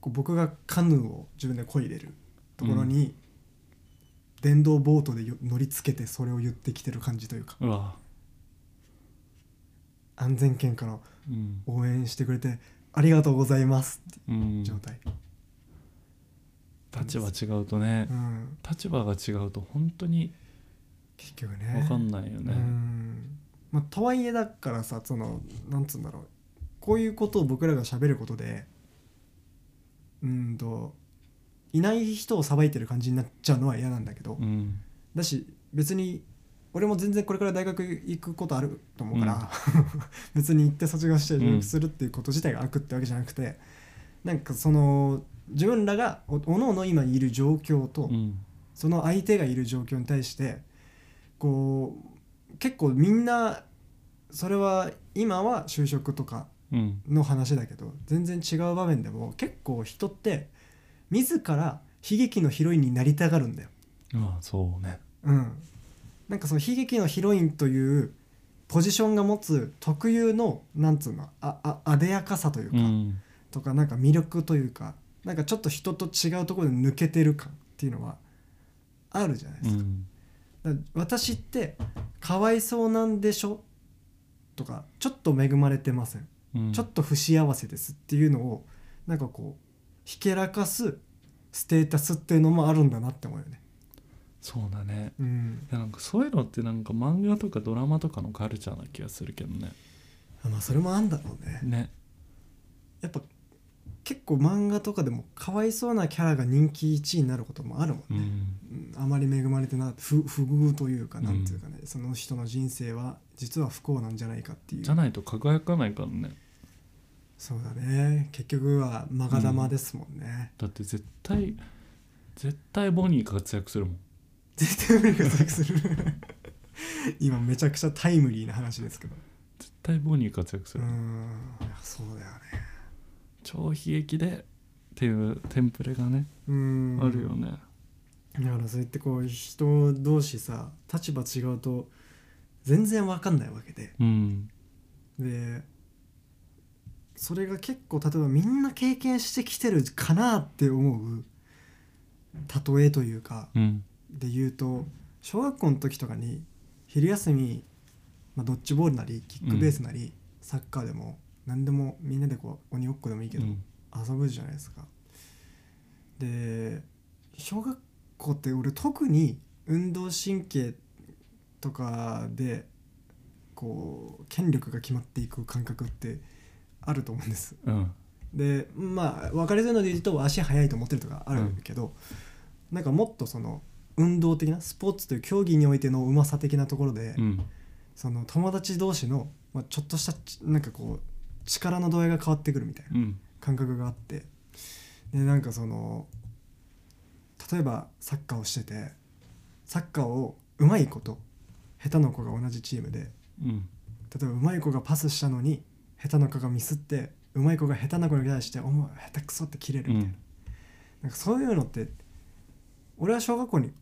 [SPEAKER 1] こう僕がカヌーを自分で漕いでるところに、電動ボートでよ乗りつけてそれを言ってきてる感じというか
[SPEAKER 2] うわ、
[SPEAKER 1] 安全圏から
[SPEAKER 2] うん
[SPEAKER 1] 応援してくれてありがとうございますって
[SPEAKER 2] うん、
[SPEAKER 1] 状態、
[SPEAKER 2] 立場違うとね、
[SPEAKER 1] うん、
[SPEAKER 2] 立場が違うと本当に
[SPEAKER 1] 結局ね
[SPEAKER 2] 分かんないよね、
[SPEAKER 1] うんまあ、とはいえだからさそのなんつうんだろうこういうことを僕らが喋ることでうんといない人をさばいてる感じになっちゃうのは嫌なんだけど、
[SPEAKER 2] うん
[SPEAKER 1] だし別に俺も全然これから大学行くことあると思うから、
[SPEAKER 2] うん
[SPEAKER 1] 別に行って卒業して
[SPEAKER 2] うん
[SPEAKER 1] 留学するっていうこと自体が悪ってわけじゃなくて、なんかその自分らがおおのおの今いる状況と、
[SPEAKER 2] うん
[SPEAKER 1] その相手がいる状況に対してこう結構みんなそれは今は就職とか
[SPEAKER 2] うん
[SPEAKER 1] の話だけど全然違う場面でも結構人って自ら悲劇のヒロインになりたがるんだよ。
[SPEAKER 2] うわそうね
[SPEAKER 1] うん、なんかその悲劇のヒロインというポジションが持つ特有のなんつうのあああでやかさという
[SPEAKER 2] う
[SPEAKER 1] か、
[SPEAKER 2] ん
[SPEAKER 1] とかなんか魅力というかなんかちょっと人と違うところで抜けてる感っていうのはあるじゃないで
[SPEAKER 2] う
[SPEAKER 1] すか。
[SPEAKER 2] ん
[SPEAKER 1] だから私ってかわいそうなんでしょとかちょっと恵まれてません、
[SPEAKER 2] うん
[SPEAKER 1] ちょっと不幸せですっていうのをなんかこうひけらかすステータスっていうのもあるんだなって思うよね。
[SPEAKER 2] そうだね
[SPEAKER 1] うん、
[SPEAKER 2] いやなんかそういうのってなんか漫画とかドラマとかのカルチャーな気がするけどね
[SPEAKER 1] あまあそれもあんだろうね。
[SPEAKER 2] ね
[SPEAKER 1] やっぱ結構漫画とかでもかわいそうなキャラが人気1位になることもあるも
[SPEAKER 2] うん
[SPEAKER 1] ね。
[SPEAKER 2] ん
[SPEAKER 1] うんあまり恵まれてな不不遇というかなんていうかね、その人の人生は実は不幸なんじゃないかっていう
[SPEAKER 2] じゃないと輝かないからね
[SPEAKER 1] そうだね結局はマガダマですもんね、
[SPEAKER 2] だって絶対絶対ボニー活躍するもん
[SPEAKER 1] 絶対無理が先する今めちゃくちゃタイムリーな話ですけど
[SPEAKER 2] 絶対ボニー活躍す
[SPEAKER 1] うー
[SPEAKER 2] る、
[SPEAKER 1] んそうだよね
[SPEAKER 2] 超悲劇でっていうテンプレがね、
[SPEAKER 1] うーん
[SPEAKER 2] あるよね
[SPEAKER 1] だからそうやってこう人同士さ立場違うと全然わかんないわけで
[SPEAKER 2] うん
[SPEAKER 1] でそれが結構例えばみんな経験してきてるかなって思う例えというか
[SPEAKER 2] うん
[SPEAKER 1] で言うと小学校の時とかに昼休み、まあ、ドッジボールなりキックベースなり、サッカーでも何でもみんなでこう鬼ごっこでもいいけど、
[SPEAKER 2] うん
[SPEAKER 1] 遊ぶじゃないですか。で小学校って俺特に運動神経とかでこう権力が決まっていく感覚ってあると思うんです。
[SPEAKER 2] うん
[SPEAKER 1] でまあ分かりづらいので言うと足速いと思ってるとかあるけど、なんかもっとその運動的なスポーツという競技においてのうまさ的なところで、
[SPEAKER 2] うん
[SPEAKER 1] その友達同士の、まあ、ちょっとしたちなんかこう力の度合いが変わってくるみたいな
[SPEAKER 2] うん
[SPEAKER 1] 感覚があってでなんかその例えばサッカーをしててサッカーをうまい子と下手の子が同じチームで
[SPEAKER 2] うん
[SPEAKER 1] 例えばうまい子がパスしたのに下手な子がミスってうまい子が下手な子に対して「お前下手くそ」って切れる
[SPEAKER 2] う
[SPEAKER 1] みたいな,、
[SPEAKER 2] ん
[SPEAKER 1] なんかそういうのって俺は小学校に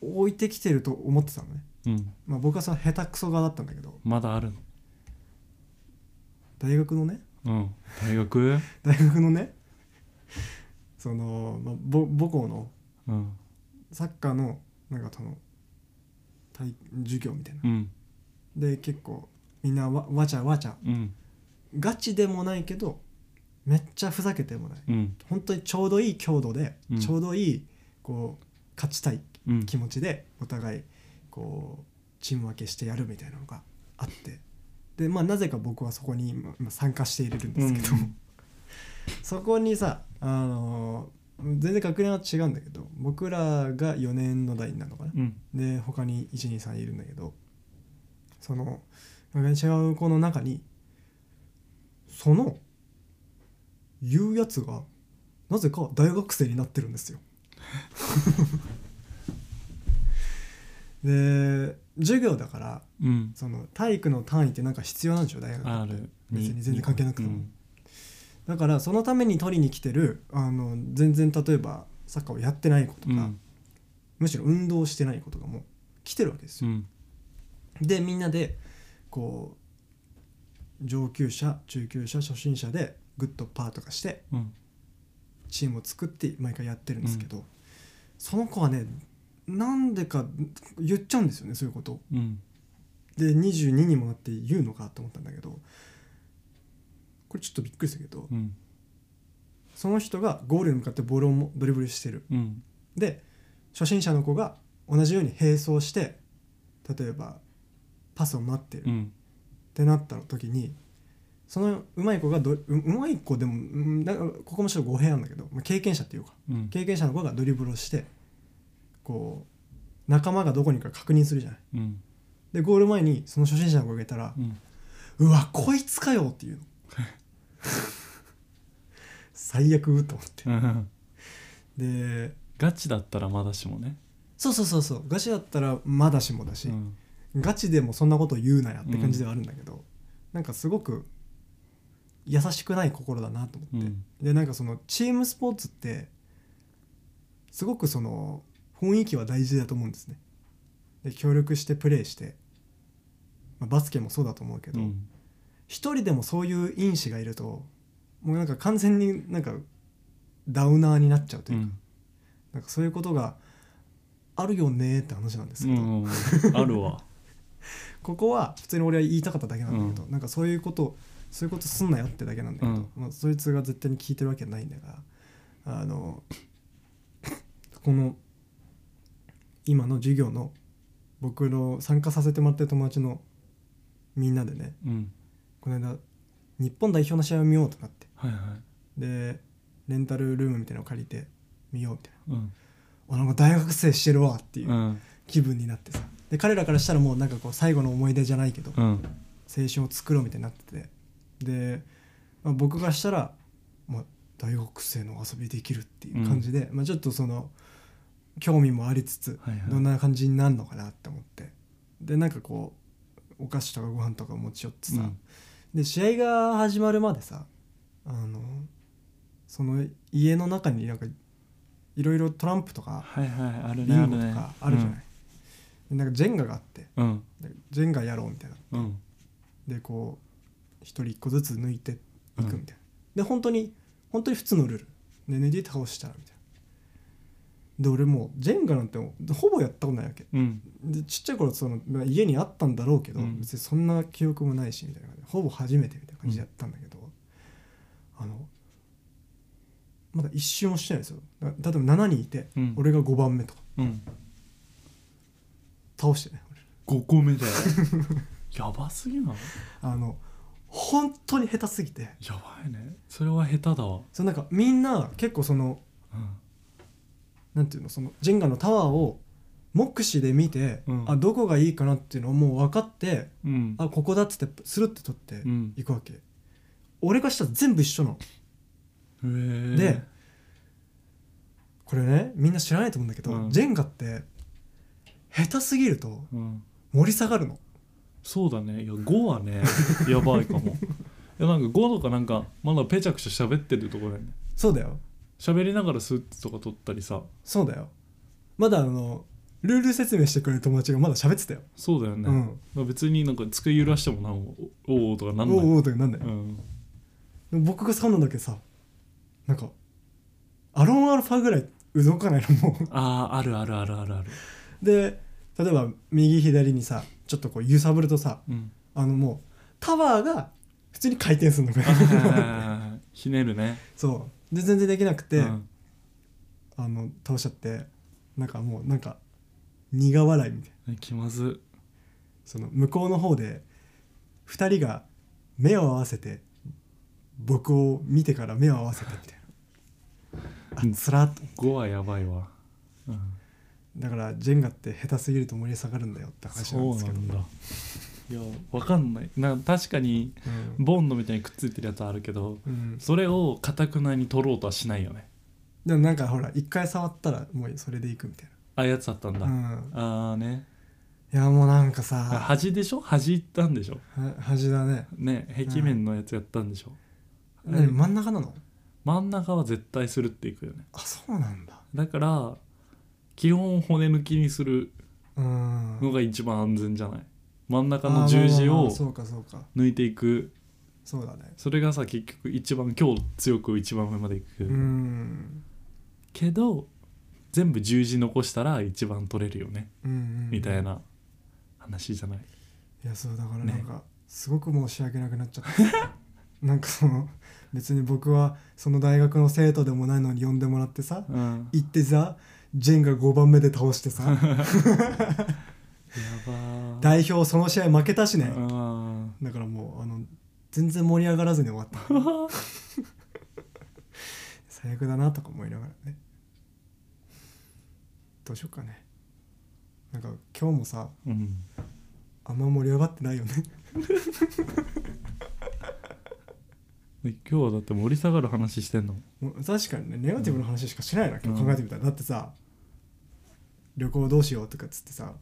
[SPEAKER 1] 置いてきてると思ってたのね、
[SPEAKER 2] うん
[SPEAKER 1] まあ、僕はその下手くそ側だったんだけど
[SPEAKER 2] まだある
[SPEAKER 1] 大学のね
[SPEAKER 2] のうん大学
[SPEAKER 1] 大学のねその、まあ、ぼ母校の
[SPEAKER 2] うん
[SPEAKER 1] サッカーのなんかその体授業みたいな
[SPEAKER 2] うん
[SPEAKER 1] で結構みんなわわちゃわちゃ
[SPEAKER 2] うん
[SPEAKER 1] ガチでもないけどめっちゃふざけてもない
[SPEAKER 2] うん
[SPEAKER 1] 本当にちょうどいい強度で、
[SPEAKER 2] うん
[SPEAKER 1] ちょうどいいこう勝ちたい
[SPEAKER 2] うん
[SPEAKER 1] 気持ちでお互いこうチーム分けしてやるみたいなのがあってでまあなぜか僕はそこにまま参加しているんですけど、
[SPEAKER 2] うん
[SPEAKER 1] そこにさあの全然学年は違うんだけど僕らが4年の代になるのかな、
[SPEAKER 2] うん
[SPEAKER 1] で他に123いるんだけどその違う子の中にその言うやつがなぜか大学生になってるん ですよ。で授業だから
[SPEAKER 2] うん
[SPEAKER 1] その体育の単位ってなんか必要なんでしょ大学
[SPEAKER 2] あ
[SPEAKER 1] っ
[SPEAKER 2] る
[SPEAKER 1] て別に全然関係なくても、
[SPEAKER 2] うん
[SPEAKER 1] だからそのために取りに来てるあの全然例えばサッカーをやってない子と
[SPEAKER 2] う
[SPEAKER 1] か、
[SPEAKER 2] ん
[SPEAKER 1] むしろ運動してない子とかも来てるわけです
[SPEAKER 2] う
[SPEAKER 1] よ、
[SPEAKER 2] ん
[SPEAKER 1] でみんなでこう上級者中級者初心者でグッドパーとかして
[SPEAKER 2] うん
[SPEAKER 1] チームを作って毎回やってるんですけど、その子はねなんでか言っちゃうんですよねそういうこと
[SPEAKER 2] うん
[SPEAKER 1] で22にもなって言うのかと思ったんだけどこれちょっとびっくりしたけど、
[SPEAKER 2] うん
[SPEAKER 1] その人がゴールに向かってボールをもドリブルしてる
[SPEAKER 2] うん
[SPEAKER 1] で初心者の子が同じように並走して例えばパスを待ってる
[SPEAKER 2] う
[SPEAKER 1] っ
[SPEAKER 2] ん
[SPEAKER 1] てなった時にそのうまい子がどううまい子でもうんだからここもちょっと語弊なんだけど、まあ、経験者っていうか
[SPEAKER 2] うん
[SPEAKER 1] 経験者の子がドリブルをしてこう仲間がどこにいるか確認するじゃない
[SPEAKER 2] うん
[SPEAKER 1] でゴール前にその初心者の子がいたら
[SPEAKER 2] うん
[SPEAKER 1] 「うわこいつかよ!」っていうの 最悪と思って
[SPEAKER 2] うん
[SPEAKER 1] で
[SPEAKER 2] ガチだったらまだしもね
[SPEAKER 1] そうそうそうそうガチだったらまだしもだし、
[SPEAKER 2] うん
[SPEAKER 1] ガチでもそんなこと言うなやって感じではあるんだけど、なんかすごく優しくない心だなと思
[SPEAKER 2] う
[SPEAKER 1] って、
[SPEAKER 2] ん
[SPEAKER 1] でなんかそのチームスポーツってすごくその雰囲気は大事だと思うんですねで協力してプレーして、まあバスケもそうだと思うけ
[SPEAKER 2] う
[SPEAKER 1] ど
[SPEAKER 2] ん
[SPEAKER 1] 一、人でもそういう因子がいるともうなんか完全になんかダウナーになっちゃうと
[SPEAKER 2] う
[SPEAKER 1] いうか、
[SPEAKER 2] ん
[SPEAKER 1] なんかそういうことがあるよねって話なんです
[SPEAKER 2] う
[SPEAKER 1] けど、
[SPEAKER 2] んうんあるわ
[SPEAKER 1] ここは普通に俺は言いたかっただけなんだけど、なんかそういうことそういうことすんなよってだけなんだけど、
[SPEAKER 2] うん
[SPEAKER 1] まあ、そいつが絶対に聞いてるわけないんだからあのこの今の授業の僕の参加させてもらってる友達のみんなでね
[SPEAKER 2] うん
[SPEAKER 1] この間日本代表の試合を見ようとなって
[SPEAKER 2] はいはい
[SPEAKER 1] でレンタルルームみたいなのを借りて見ようみたいな
[SPEAKER 2] うん
[SPEAKER 1] あなんか大学生してるわっていううん気分になってさで彼らからしたらもうなんかこう最後の思い出じゃないけど、
[SPEAKER 2] うん
[SPEAKER 1] 青春を作ろうみたいになっててで、まあ、僕がしたら、まあ、大学生の遊びできるっていう感じで、まあ、ちょっとその興味もありつつ、
[SPEAKER 2] はいはい
[SPEAKER 1] どんな感じになるのかなって思ってでなんかこうお菓子とかご飯とか持ち寄ってさ、
[SPEAKER 2] うん
[SPEAKER 1] で試合が始まるまでさあのその家の中になんかいろいろトランプとか
[SPEAKER 2] はいはいある
[SPEAKER 1] ビ
[SPEAKER 2] ねあ
[SPEAKER 1] ン
[SPEAKER 2] る
[SPEAKER 1] ゴと
[SPEAKER 2] ね
[SPEAKER 1] かあるじゃない、でなんかジェンガがあって
[SPEAKER 2] うん
[SPEAKER 1] でジェンガやろうみたいな
[SPEAKER 2] うん
[SPEAKER 1] でこう一人一個ずつ抜いていくみたいな、で本当に本当に普通のルールで寝て倒したらみたいなで俺もうジェンガなんてもうほぼやったことないわけ
[SPEAKER 2] うん
[SPEAKER 1] でちっちゃい頃そのまあ家にあったんだろうけど、
[SPEAKER 2] うん
[SPEAKER 1] 別にそんな記憶もないしみたいな感じでほぼ初めてみたいな感じでやったんだけど、あのまだ一瞬もしてないですよだ例えば7人いて、
[SPEAKER 2] うん
[SPEAKER 1] 俺が5番目とか
[SPEAKER 2] うん
[SPEAKER 1] 倒してね俺
[SPEAKER 2] 5個目だよ やばすぎない
[SPEAKER 1] あの本当に下手すぎて
[SPEAKER 2] やばいねそれは下手だわ
[SPEAKER 1] そのなんかみんな結構そのなんていうのそのジェンガのタワーを目視で見て、
[SPEAKER 2] うん
[SPEAKER 1] あどこがいいかなっていうのをもう分かって
[SPEAKER 2] うんうん
[SPEAKER 1] あここだっつってスルッて取って
[SPEAKER 2] うん
[SPEAKER 1] いくわけ、俺がしたら全部一緒なの
[SPEAKER 2] へー
[SPEAKER 1] でこれねみんな知らないと思うんだけど、
[SPEAKER 2] うん
[SPEAKER 1] ジェンガって下手すぎると
[SPEAKER 2] うん
[SPEAKER 1] 盛り下がるの
[SPEAKER 2] そうだねいや5はねやばいか もいやなんか5とかなんかまだペチャクチャ喋ってるところやね
[SPEAKER 1] そうだよ
[SPEAKER 2] 喋りながらスーツとか撮ったりさ
[SPEAKER 1] そうだよまだあのルール説明してくれる友達がまだ喋ってたよ、
[SPEAKER 2] そうだよね、
[SPEAKER 1] う
[SPEAKER 2] だか
[SPEAKER 1] ん
[SPEAKER 2] ら別になんか机揺らしてもなんもおおおとかなん
[SPEAKER 1] お
[SPEAKER 2] な
[SPEAKER 1] う
[SPEAKER 2] い
[SPEAKER 1] おうとかなんだよ
[SPEAKER 2] う、ん
[SPEAKER 1] でも僕がそうなんだけどさなんかアロンアルファぐらい動かないのもう
[SPEAKER 2] あああるあるあるあるある
[SPEAKER 1] で例えば右左にさちょっとこう揺さぶるとさ
[SPEAKER 2] うん
[SPEAKER 1] あのもうタワーが普通に回転する のこれ
[SPEAKER 2] あはいはいはいはいひねるね
[SPEAKER 1] そうで全然できなくて、
[SPEAKER 2] うん
[SPEAKER 1] あの倒しちゃってなんかもうなんか苦笑いみたいな
[SPEAKER 2] え気まず
[SPEAKER 1] その向こうの方で2人が目を合わせて僕を見てから目を合わせてみたいなあつらっと
[SPEAKER 2] 5はやばいわ、うん
[SPEAKER 1] だからジェンガって下手すぎると盛り下がるんだよって話なんですけど
[SPEAKER 2] そうなんだいやわかんないな確かに
[SPEAKER 1] うん
[SPEAKER 2] ボンドみたいにくっついてるやつあるけど
[SPEAKER 1] うん、
[SPEAKER 2] それをかたくなに取ろうとはしないよね
[SPEAKER 1] でもなんかほら一回触ったらもうそれでいくみたい
[SPEAKER 2] ああいうやつだったんだ、
[SPEAKER 1] な、うん、
[SPEAKER 2] ああね
[SPEAKER 1] いやもうなんか
[SPEAKER 2] あ
[SPEAKER 1] さ
[SPEAKER 2] 端でしょ端行ったんでしょ
[SPEAKER 1] は端だね
[SPEAKER 2] ね壁面のやつやったんでしょ、
[SPEAKER 1] 何
[SPEAKER 2] うん
[SPEAKER 1] 真ん中なの
[SPEAKER 2] 真ん中は絶対するっていくよね
[SPEAKER 1] あそうなんだ
[SPEAKER 2] だから基本骨抜きにする
[SPEAKER 1] うん
[SPEAKER 2] のが一番安全じゃない真ん中
[SPEAKER 1] あまあまあま
[SPEAKER 2] の
[SPEAKER 1] あ
[SPEAKER 2] 十字を
[SPEAKER 1] そうかそうか
[SPEAKER 2] 抜いていく
[SPEAKER 1] そうだね
[SPEAKER 2] それがさ結局一番強強く一番上までい
[SPEAKER 1] う
[SPEAKER 2] く、
[SPEAKER 1] ん
[SPEAKER 2] けど全部十字残したら一番取れるよね、
[SPEAKER 1] うんうん、
[SPEAKER 2] みたいな話じゃない
[SPEAKER 1] いやそうだから
[SPEAKER 2] ね
[SPEAKER 1] なんか、すごく申し訳なくなっちゃった なんかその別に僕はその大学の生徒でもないのに呼んでもらってさ
[SPEAKER 2] うん
[SPEAKER 1] 行ってさジェンが5番目で倒してさ
[SPEAKER 2] やばー
[SPEAKER 1] 代表その試合負けたしね
[SPEAKER 2] うん
[SPEAKER 1] だからもうあの全然盛り上がらずに終わった最悪だなとか思いながらねどうしようかねなんか今日もさ
[SPEAKER 2] うん
[SPEAKER 1] あんま盛り上がってないよね
[SPEAKER 2] 今日はだって盛り下がる話してんの
[SPEAKER 1] もう確かにねネガティブな話しかしないな今日考えてみたらだってさ旅行どうしようとかっつってさ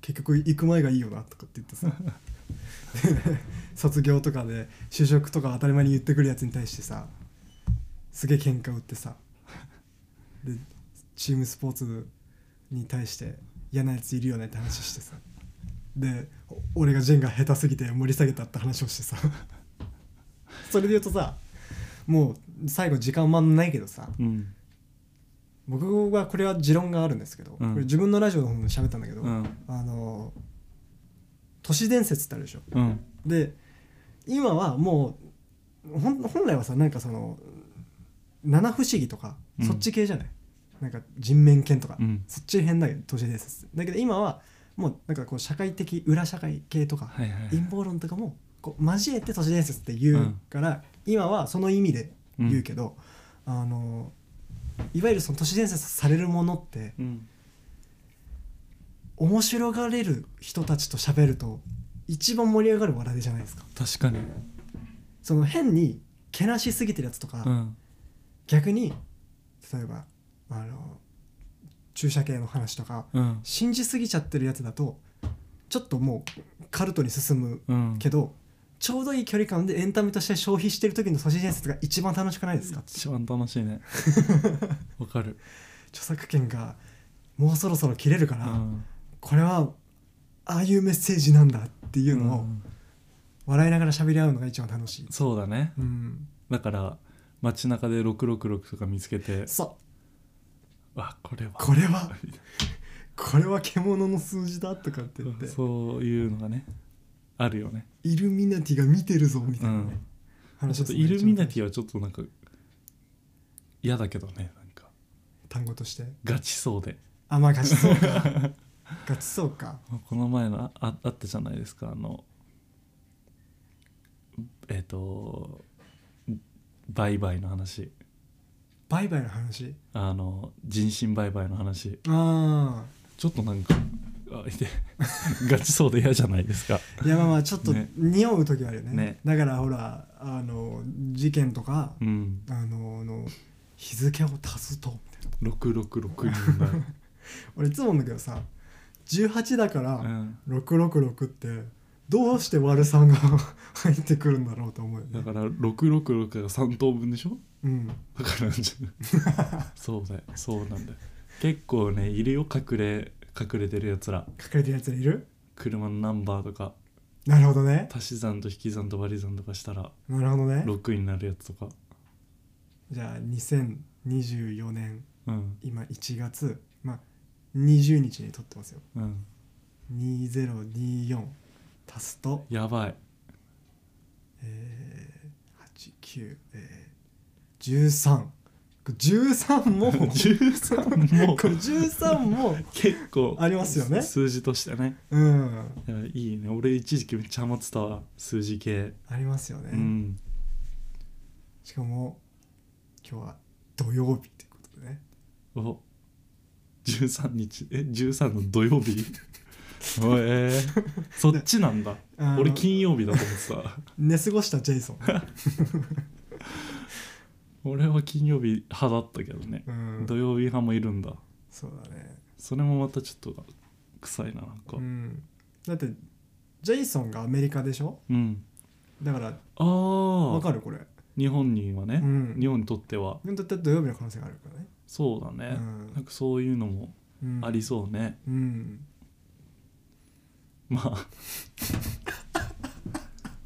[SPEAKER 1] 結局行く前がいいよなとかって言ってさで卒業とかで就職とか当たり前に言ってくるやつに対してさすげえ喧嘩売ってさでチームスポーツに対して嫌なやついるよねって話してさでお俺がジェンが下手すぎて盛り下げたって話をして さそれで言うとさもう最後時間もあんまないけどさ
[SPEAKER 2] うん
[SPEAKER 1] 僕はこれは持論があるんですけど、
[SPEAKER 2] うん
[SPEAKER 1] これ自分のラジオの方でも喋ったんだけど、
[SPEAKER 2] うん
[SPEAKER 1] あの都市伝説ってあるでしょ
[SPEAKER 2] うん
[SPEAKER 1] で今はもうほん本来はさなんかその七不思議とか、
[SPEAKER 2] うん
[SPEAKER 1] そっち系じゃないなんか人面犬とか、
[SPEAKER 2] うん
[SPEAKER 1] そっち辺だけど都市伝説だけど今はもうなんかこう社会的裏社会系とか、
[SPEAKER 2] はいはい
[SPEAKER 1] 陰謀論とかもこう交えて都市伝説って言うから、今はその意味で言うけど、あのいわゆるその都市伝説されるものって
[SPEAKER 2] うん
[SPEAKER 1] 面白がれる人たちと喋ると一番盛り上がる話題じゃないですか
[SPEAKER 2] 確かに
[SPEAKER 1] その変にけなしすぎてるやつとか、
[SPEAKER 2] うん
[SPEAKER 1] 逆に例えばあの注射系の話とか
[SPEAKER 2] うん
[SPEAKER 1] 信じすぎちゃってるやつだとちょっともうカルトに進む
[SPEAKER 2] うん
[SPEAKER 1] けどちょうどいい距離感でエンタメとして消費してる時の都市伝説が一番楽しくないですか
[SPEAKER 2] 一番楽しいね わかる
[SPEAKER 1] 著作権がもうそろそろ切れるから、
[SPEAKER 2] うん
[SPEAKER 1] これはああいうメッセージなんだっていうのを
[SPEAKER 2] ん
[SPEAKER 1] 笑いながら喋り合うのが一番楽しい、
[SPEAKER 2] そうだね
[SPEAKER 1] うん、
[SPEAKER 2] だから街中で666とか見つけて
[SPEAKER 1] そう
[SPEAKER 2] わこれは
[SPEAKER 1] これは これは獣の数字だとかって言って
[SPEAKER 2] そういうのがねあるよね
[SPEAKER 1] イルミナティが見てるぞみたいなね、
[SPEAKER 2] ちょっとイルミナ
[SPEAKER 1] ィ
[SPEAKER 2] ティはちょっとなんか嫌だけどねなんか
[SPEAKER 1] 単語として
[SPEAKER 2] ガチそうで
[SPEAKER 1] あまあ勝ちそう か勝ちそうか
[SPEAKER 2] この前のあああったじゃないですかあのえっ、と売買の話
[SPEAKER 1] バイバイの話
[SPEAKER 2] あの人身売買の話
[SPEAKER 1] あ
[SPEAKER 2] ちょっとなんかあいて ガチそうで嫌じゃないですか
[SPEAKER 1] あいやまあまあちょっと
[SPEAKER 2] ね
[SPEAKER 1] 匂う時はあるよね
[SPEAKER 2] ね
[SPEAKER 1] だからほらあの事件とか、
[SPEAKER 2] うん
[SPEAKER 1] あのの日付を足すとみたいな
[SPEAKER 2] 666人が、
[SPEAKER 1] 俺いつも思うんだけどさ18だか
[SPEAKER 2] う
[SPEAKER 1] ら
[SPEAKER 2] ん、
[SPEAKER 1] 666ってどうして割る3が 入ってくるんだろうと思うよ
[SPEAKER 2] だ
[SPEAKER 1] ね
[SPEAKER 2] から666が3等分でしょ
[SPEAKER 1] うん
[SPEAKER 2] だから じゃそうだよそうなんだよ結構ねいるよ隠れ隠れてるやつら
[SPEAKER 1] 隠れてるやついる
[SPEAKER 2] 車のナンバーとか
[SPEAKER 1] なるほどね
[SPEAKER 2] 足し算と引き算と割り算とかしたら
[SPEAKER 1] なるほどね
[SPEAKER 2] 6になるやつとか
[SPEAKER 1] じゃあ2024年
[SPEAKER 2] うん
[SPEAKER 1] 今1月まあ20日に撮ってますよ
[SPEAKER 2] うん
[SPEAKER 1] 2024足すと
[SPEAKER 2] やばい
[SPEAKER 1] えー、89えー、13これ13も
[SPEAKER 2] 13も
[SPEAKER 1] これ13も
[SPEAKER 2] 結構
[SPEAKER 1] ありますよね
[SPEAKER 2] 数字としてね
[SPEAKER 1] うん
[SPEAKER 2] いやいいね俺一時期めっちゃハマってたわ数字系
[SPEAKER 1] ありますよね、
[SPEAKER 2] うん
[SPEAKER 1] しかも今日は土曜日ってことでね
[SPEAKER 2] お13日え13の土 曜日おえー そっちなんだ
[SPEAKER 1] あの
[SPEAKER 2] 俺金曜日だと思ってた
[SPEAKER 1] 寝過ごしたジェイソン、
[SPEAKER 2] 俺は金曜日派だったけどね
[SPEAKER 1] う、ん
[SPEAKER 2] 土曜日派もいるんだ
[SPEAKER 1] そうだね、
[SPEAKER 2] それもまたちょっと臭いななんか
[SPEAKER 1] うん、だってジェイソンがアメリカでしょ
[SPEAKER 2] うん、
[SPEAKER 1] だから
[SPEAKER 2] ああ
[SPEAKER 1] わかるこれ
[SPEAKER 2] 日本にはね、
[SPEAKER 1] うん
[SPEAKER 2] 日本にとっては
[SPEAKER 1] だって土曜日の可能性があるからね、
[SPEAKER 2] そうだね、
[SPEAKER 1] うん
[SPEAKER 2] なんかそういうのも
[SPEAKER 1] うん、
[SPEAKER 2] ありそうね、
[SPEAKER 1] うん
[SPEAKER 2] ま あ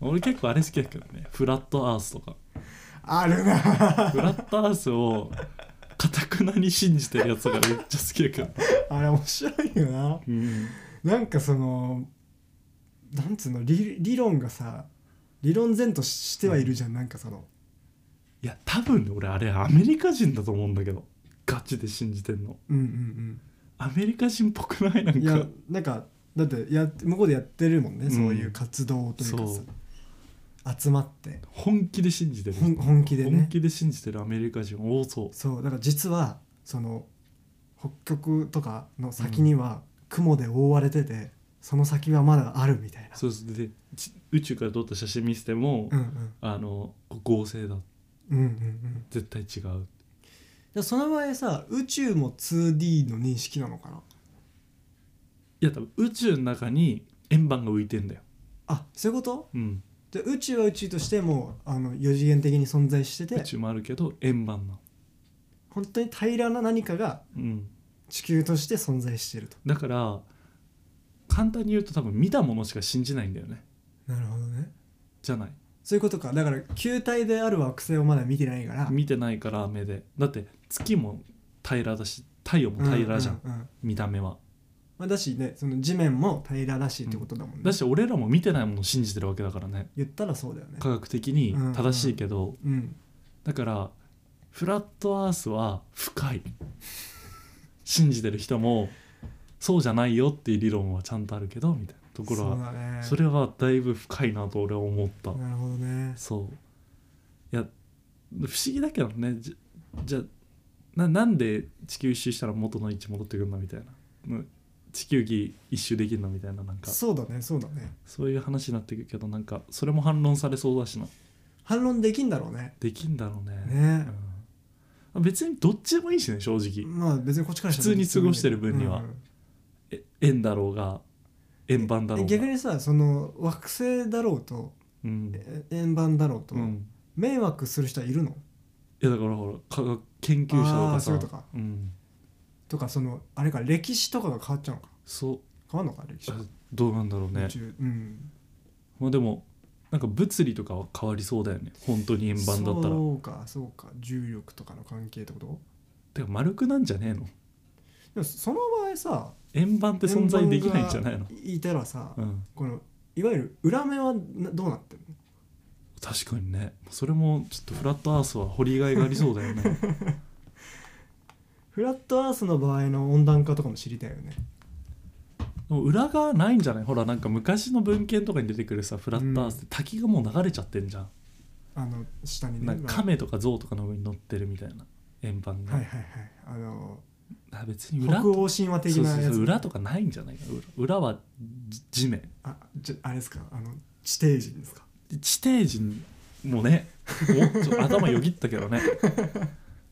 [SPEAKER 2] 俺結構あれ好きだけどねフラットアースとか
[SPEAKER 1] あるな
[SPEAKER 2] フラットアースをかたくなに信じてるやつがめっちゃ好きだけど、
[SPEAKER 1] あれ面白いよな
[SPEAKER 2] うん、
[SPEAKER 1] なんかそのなんつうの理理論がさ理論前としてはいるじゃん、なんかその
[SPEAKER 2] いや多分ね俺あれアメリカ人だと思うんだけどガチで信じてんの
[SPEAKER 1] うんうん
[SPEAKER 2] アメリカ人っぽくないな
[SPEAKER 1] うん
[SPEAKER 2] ん
[SPEAKER 1] いや
[SPEAKER 2] か
[SPEAKER 1] なんかだってや向こうでやってるもんね、
[SPEAKER 2] うん
[SPEAKER 1] そういう活動というか
[SPEAKER 2] そ
[SPEAKER 1] さ集まって
[SPEAKER 2] 本気で信じてる
[SPEAKER 1] ほん本気でね
[SPEAKER 2] 本気で信じてるアメリカ人多そう
[SPEAKER 1] そうだから実はその北極とかの先には雲で覆われてて、その先はまだあるみたいな
[SPEAKER 2] そうそうでち宇宙から撮った写真見せても、
[SPEAKER 1] うんうん
[SPEAKER 2] あの合成だ
[SPEAKER 1] うんうんうん
[SPEAKER 2] 絶対違う
[SPEAKER 1] でその場合さ宇宙も 2D の認識なのかない
[SPEAKER 2] や多分宇宙の中に円盤が浮いてんだよ
[SPEAKER 1] あそういうこと
[SPEAKER 2] うん
[SPEAKER 1] で宇宙は宇宙としてもうあの4次元的に存在して
[SPEAKER 2] 宇
[SPEAKER 1] て
[SPEAKER 2] 宙もあるけど円盤なの
[SPEAKER 1] 本当に平らな何かが
[SPEAKER 2] うん
[SPEAKER 1] 地球として存在してると
[SPEAKER 2] だから簡単に言うと多分見たものしか信じないんだよね
[SPEAKER 1] なるほどね
[SPEAKER 2] じゃない
[SPEAKER 1] そういうことかだから球体である惑星をまだ見てないから
[SPEAKER 2] 見てないから目でだって月も平らだし太陽も平らじゃん、
[SPEAKER 1] ううう
[SPEAKER 2] 見た目は
[SPEAKER 1] まあ、だしねその地面も平らだしってことだもんね、
[SPEAKER 2] だし俺らも見てないものを信じてるわけだからね
[SPEAKER 1] 言ったらそうだよね
[SPEAKER 2] 科学的に正しいけど、
[SPEAKER 1] うん
[SPEAKER 2] だからフラットアースは深い信じてる人もそうじゃないよっていう理論はちゃんとあるけどみたいなところ
[SPEAKER 1] そうだ
[SPEAKER 2] は
[SPEAKER 1] ね
[SPEAKER 2] それはだいぶ深いなと俺は思った、
[SPEAKER 1] なるほどね
[SPEAKER 2] そういや不思議だけどねじじゃあななんで地球一周したら元の位置戻ってくるのみたいなうん地球儀一周できるのみたいななんか
[SPEAKER 1] そうだねそうだね
[SPEAKER 2] そういう話になってくるけどなんかそれも反論されそうだしな
[SPEAKER 1] 反論できんだろうね
[SPEAKER 2] できんだろうね
[SPEAKER 1] ね
[SPEAKER 2] うん、別にどっちでもいいしね正直
[SPEAKER 1] まあ別にこっちからしたら
[SPEAKER 2] 普通に過ごしてる分には
[SPEAKER 1] うん
[SPEAKER 2] え円だろうが円盤だろうが
[SPEAKER 1] 逆にさその惑星だろうと
[SPEAKER 2] うん、
[SPEAKER 1] え円盤だろうと、
[SPEAKER 2] うん、
[SPEAKER 1] 迷惑する人はいるの
[SPEAKER 2] いやだからほら科学研究者と
[SPEAKER 1] あー
[SPEAKER 2] か
[SPEAKER 1] そうい
[SPEAKER 2] さ
[SPEAKER 1] うことか
[SPEAKER 2] うん、
[SPEAKER 1] とかそのあれか歴史とかが変わっちゃうのか
[SPEAKER 2] そう
[SPEAKER 1] 変わるのか歴史
[SPEAKER 2] あどうなんだろうね
[SPEAKER 1] 宇宙うん
[SPEAKER 2] まあでもなんか物理とかは変わりそうだよね本当に円盤だったら
[SPEAKER 1] そうかそうか重力とかの関係ってこと
[SPEAKER 2] てか丸くなんじゃねえの
[SPEAKER 1] でもその場合さ
[SPEAKER 2] 円盤って存在できないんじゃないの
[SPEAKER 1] 円盤がいたらさ、
[SPEAKER 2] うん
[SPEAKER 1] このいわゆる裏目はなどうなってるの
[SPEAKER 2] 確かにねそれもちょっとフラットアースは掘りがいがありそう だよね
[SPEAKER 1] フラットアースの場合の温暖化とかも知りたいよね
[SPEAKER 2] でも裏側ないんじゃないほらなんか昔の文献とかに出てくるさフラットアースって滝がもう流れちゃってんじゃん、
[SPEAKER 1] あの下にね
[SPEAKER 2] なんか亀とか象とかの上に乗ってるみたいな円盤が、
[SPEAKER 1] はいはいはいあの
[SPEAKER 2] あ別に裏
[SPEAKER 1] 北
[SPEAKER 2] と
[SPEAKER 1] 欧神話的
[SPEAKER 2] そう
[SPEAKER 1] な
[SPEAKER 2] そう
[SPEAKER 1] やつ
[SPEAKER 2] そう裏とかないんじゃないか裏裏はじ地面
[SPEAKER 1] あじゃあれですかあの地底人ですか
[SPEAKER 2] 地底人もねおちょ頭よぎったけどね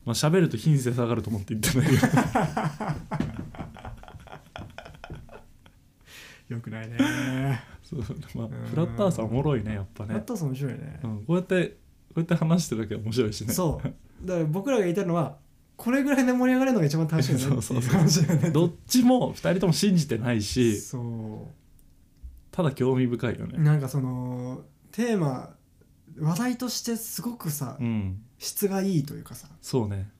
[SPEAKER 2] まあ喋ると品性下がると思って言ってないけど
[SPEAKER 1] よく ないねフ
[SPEAKER 2] そう、まあ、フラッターさんおもろいねやっぱ
[SPEAKER 1] ラッ
[SPEAKER 2] ね、
[SPEAKER 1] トアース面白いね
[SPEAKER 2] う、ん、こうやってこうやって話してるだけ面白いしね
[SPEAKER 1] そうだから僕らが言いたいのはこれぐらいで盛り上がるのが一番楽しいよねって
[SPEAKER 2] そ
[SPEAKER 1] いうう
[SPEAKER 2] そうそう
[SPEAKER 1] 話だよね
[SPEAKER 2] どっちも2人とも信じてないし
[SPEAKER 1] そ
[SPEAKER 2] ただ興味深いよ
[SPEAKER 1] う
[SPEAKER 2] ね
[SPEAKER 1] なんかそのテーマ話題としてすごくさ、
[SPEAKER 2] うん
[SPEAKER 1] 質がいいというかさ
[SPEAKER 2] そうね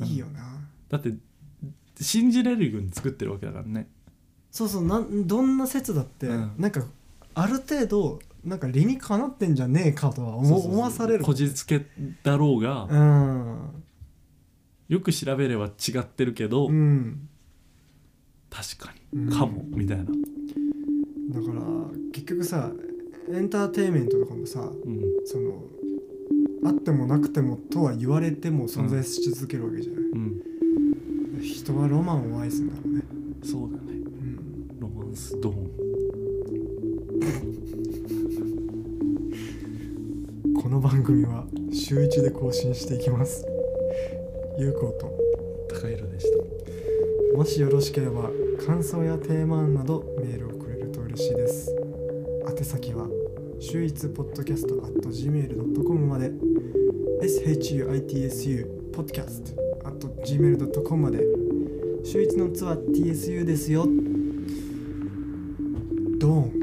[SPEAKER 2] うん
[SPEAKER 1] いいよな
[SPEAKER 2] だって信じれるように作ってるわけだからね
[SPEAKER 1] そうそうなんどんな説だって、
[SPEAKER 2] うん
[SPEAKER 1] なんかある程度なんか理にかなってんじゃねえかとは思
[SPEAKER 2] そうそうそう
[SPEAKER 1] 思わされる
[SPEAKER 2] こじつけだろうが、
[SPEAKER 1] うん
[SPEAKER 2] よく調べれば違ってるけど、
[SPEAKER 1] うん
[SPEAKER 2] 確か
[SPEAKER 1] うん
[SPEAKER 2] にかも、みたいな、
[SPEAKER 1] だから結局さエンターテインメントとかもさ
[SPEAKER 2] うん、
[SPEAKER 1] そのあってもなくてもとは言われても存在し続けるわけじゃない、
[SPEAKER 2] うん、
[SPEAKER 1] 人はロマンを愛すんだろうね、
[SPEAKER 2] そうだね
[SPEAKER 1] うん、
[SPEAKER 2] ロマンスドーン
[SPEAKER 1] この番組は週一で更新していきます有効と
[SPEAKER 2] 高弘でした
[SPEAKER 1] もしよろしければ感想やテーマ案などメールをくれると嬉しいです宛先は週一ポッドキャスト at gmail.com まで shuitsu podcast at gmail.com まで週一のツアー TSU ですよドーン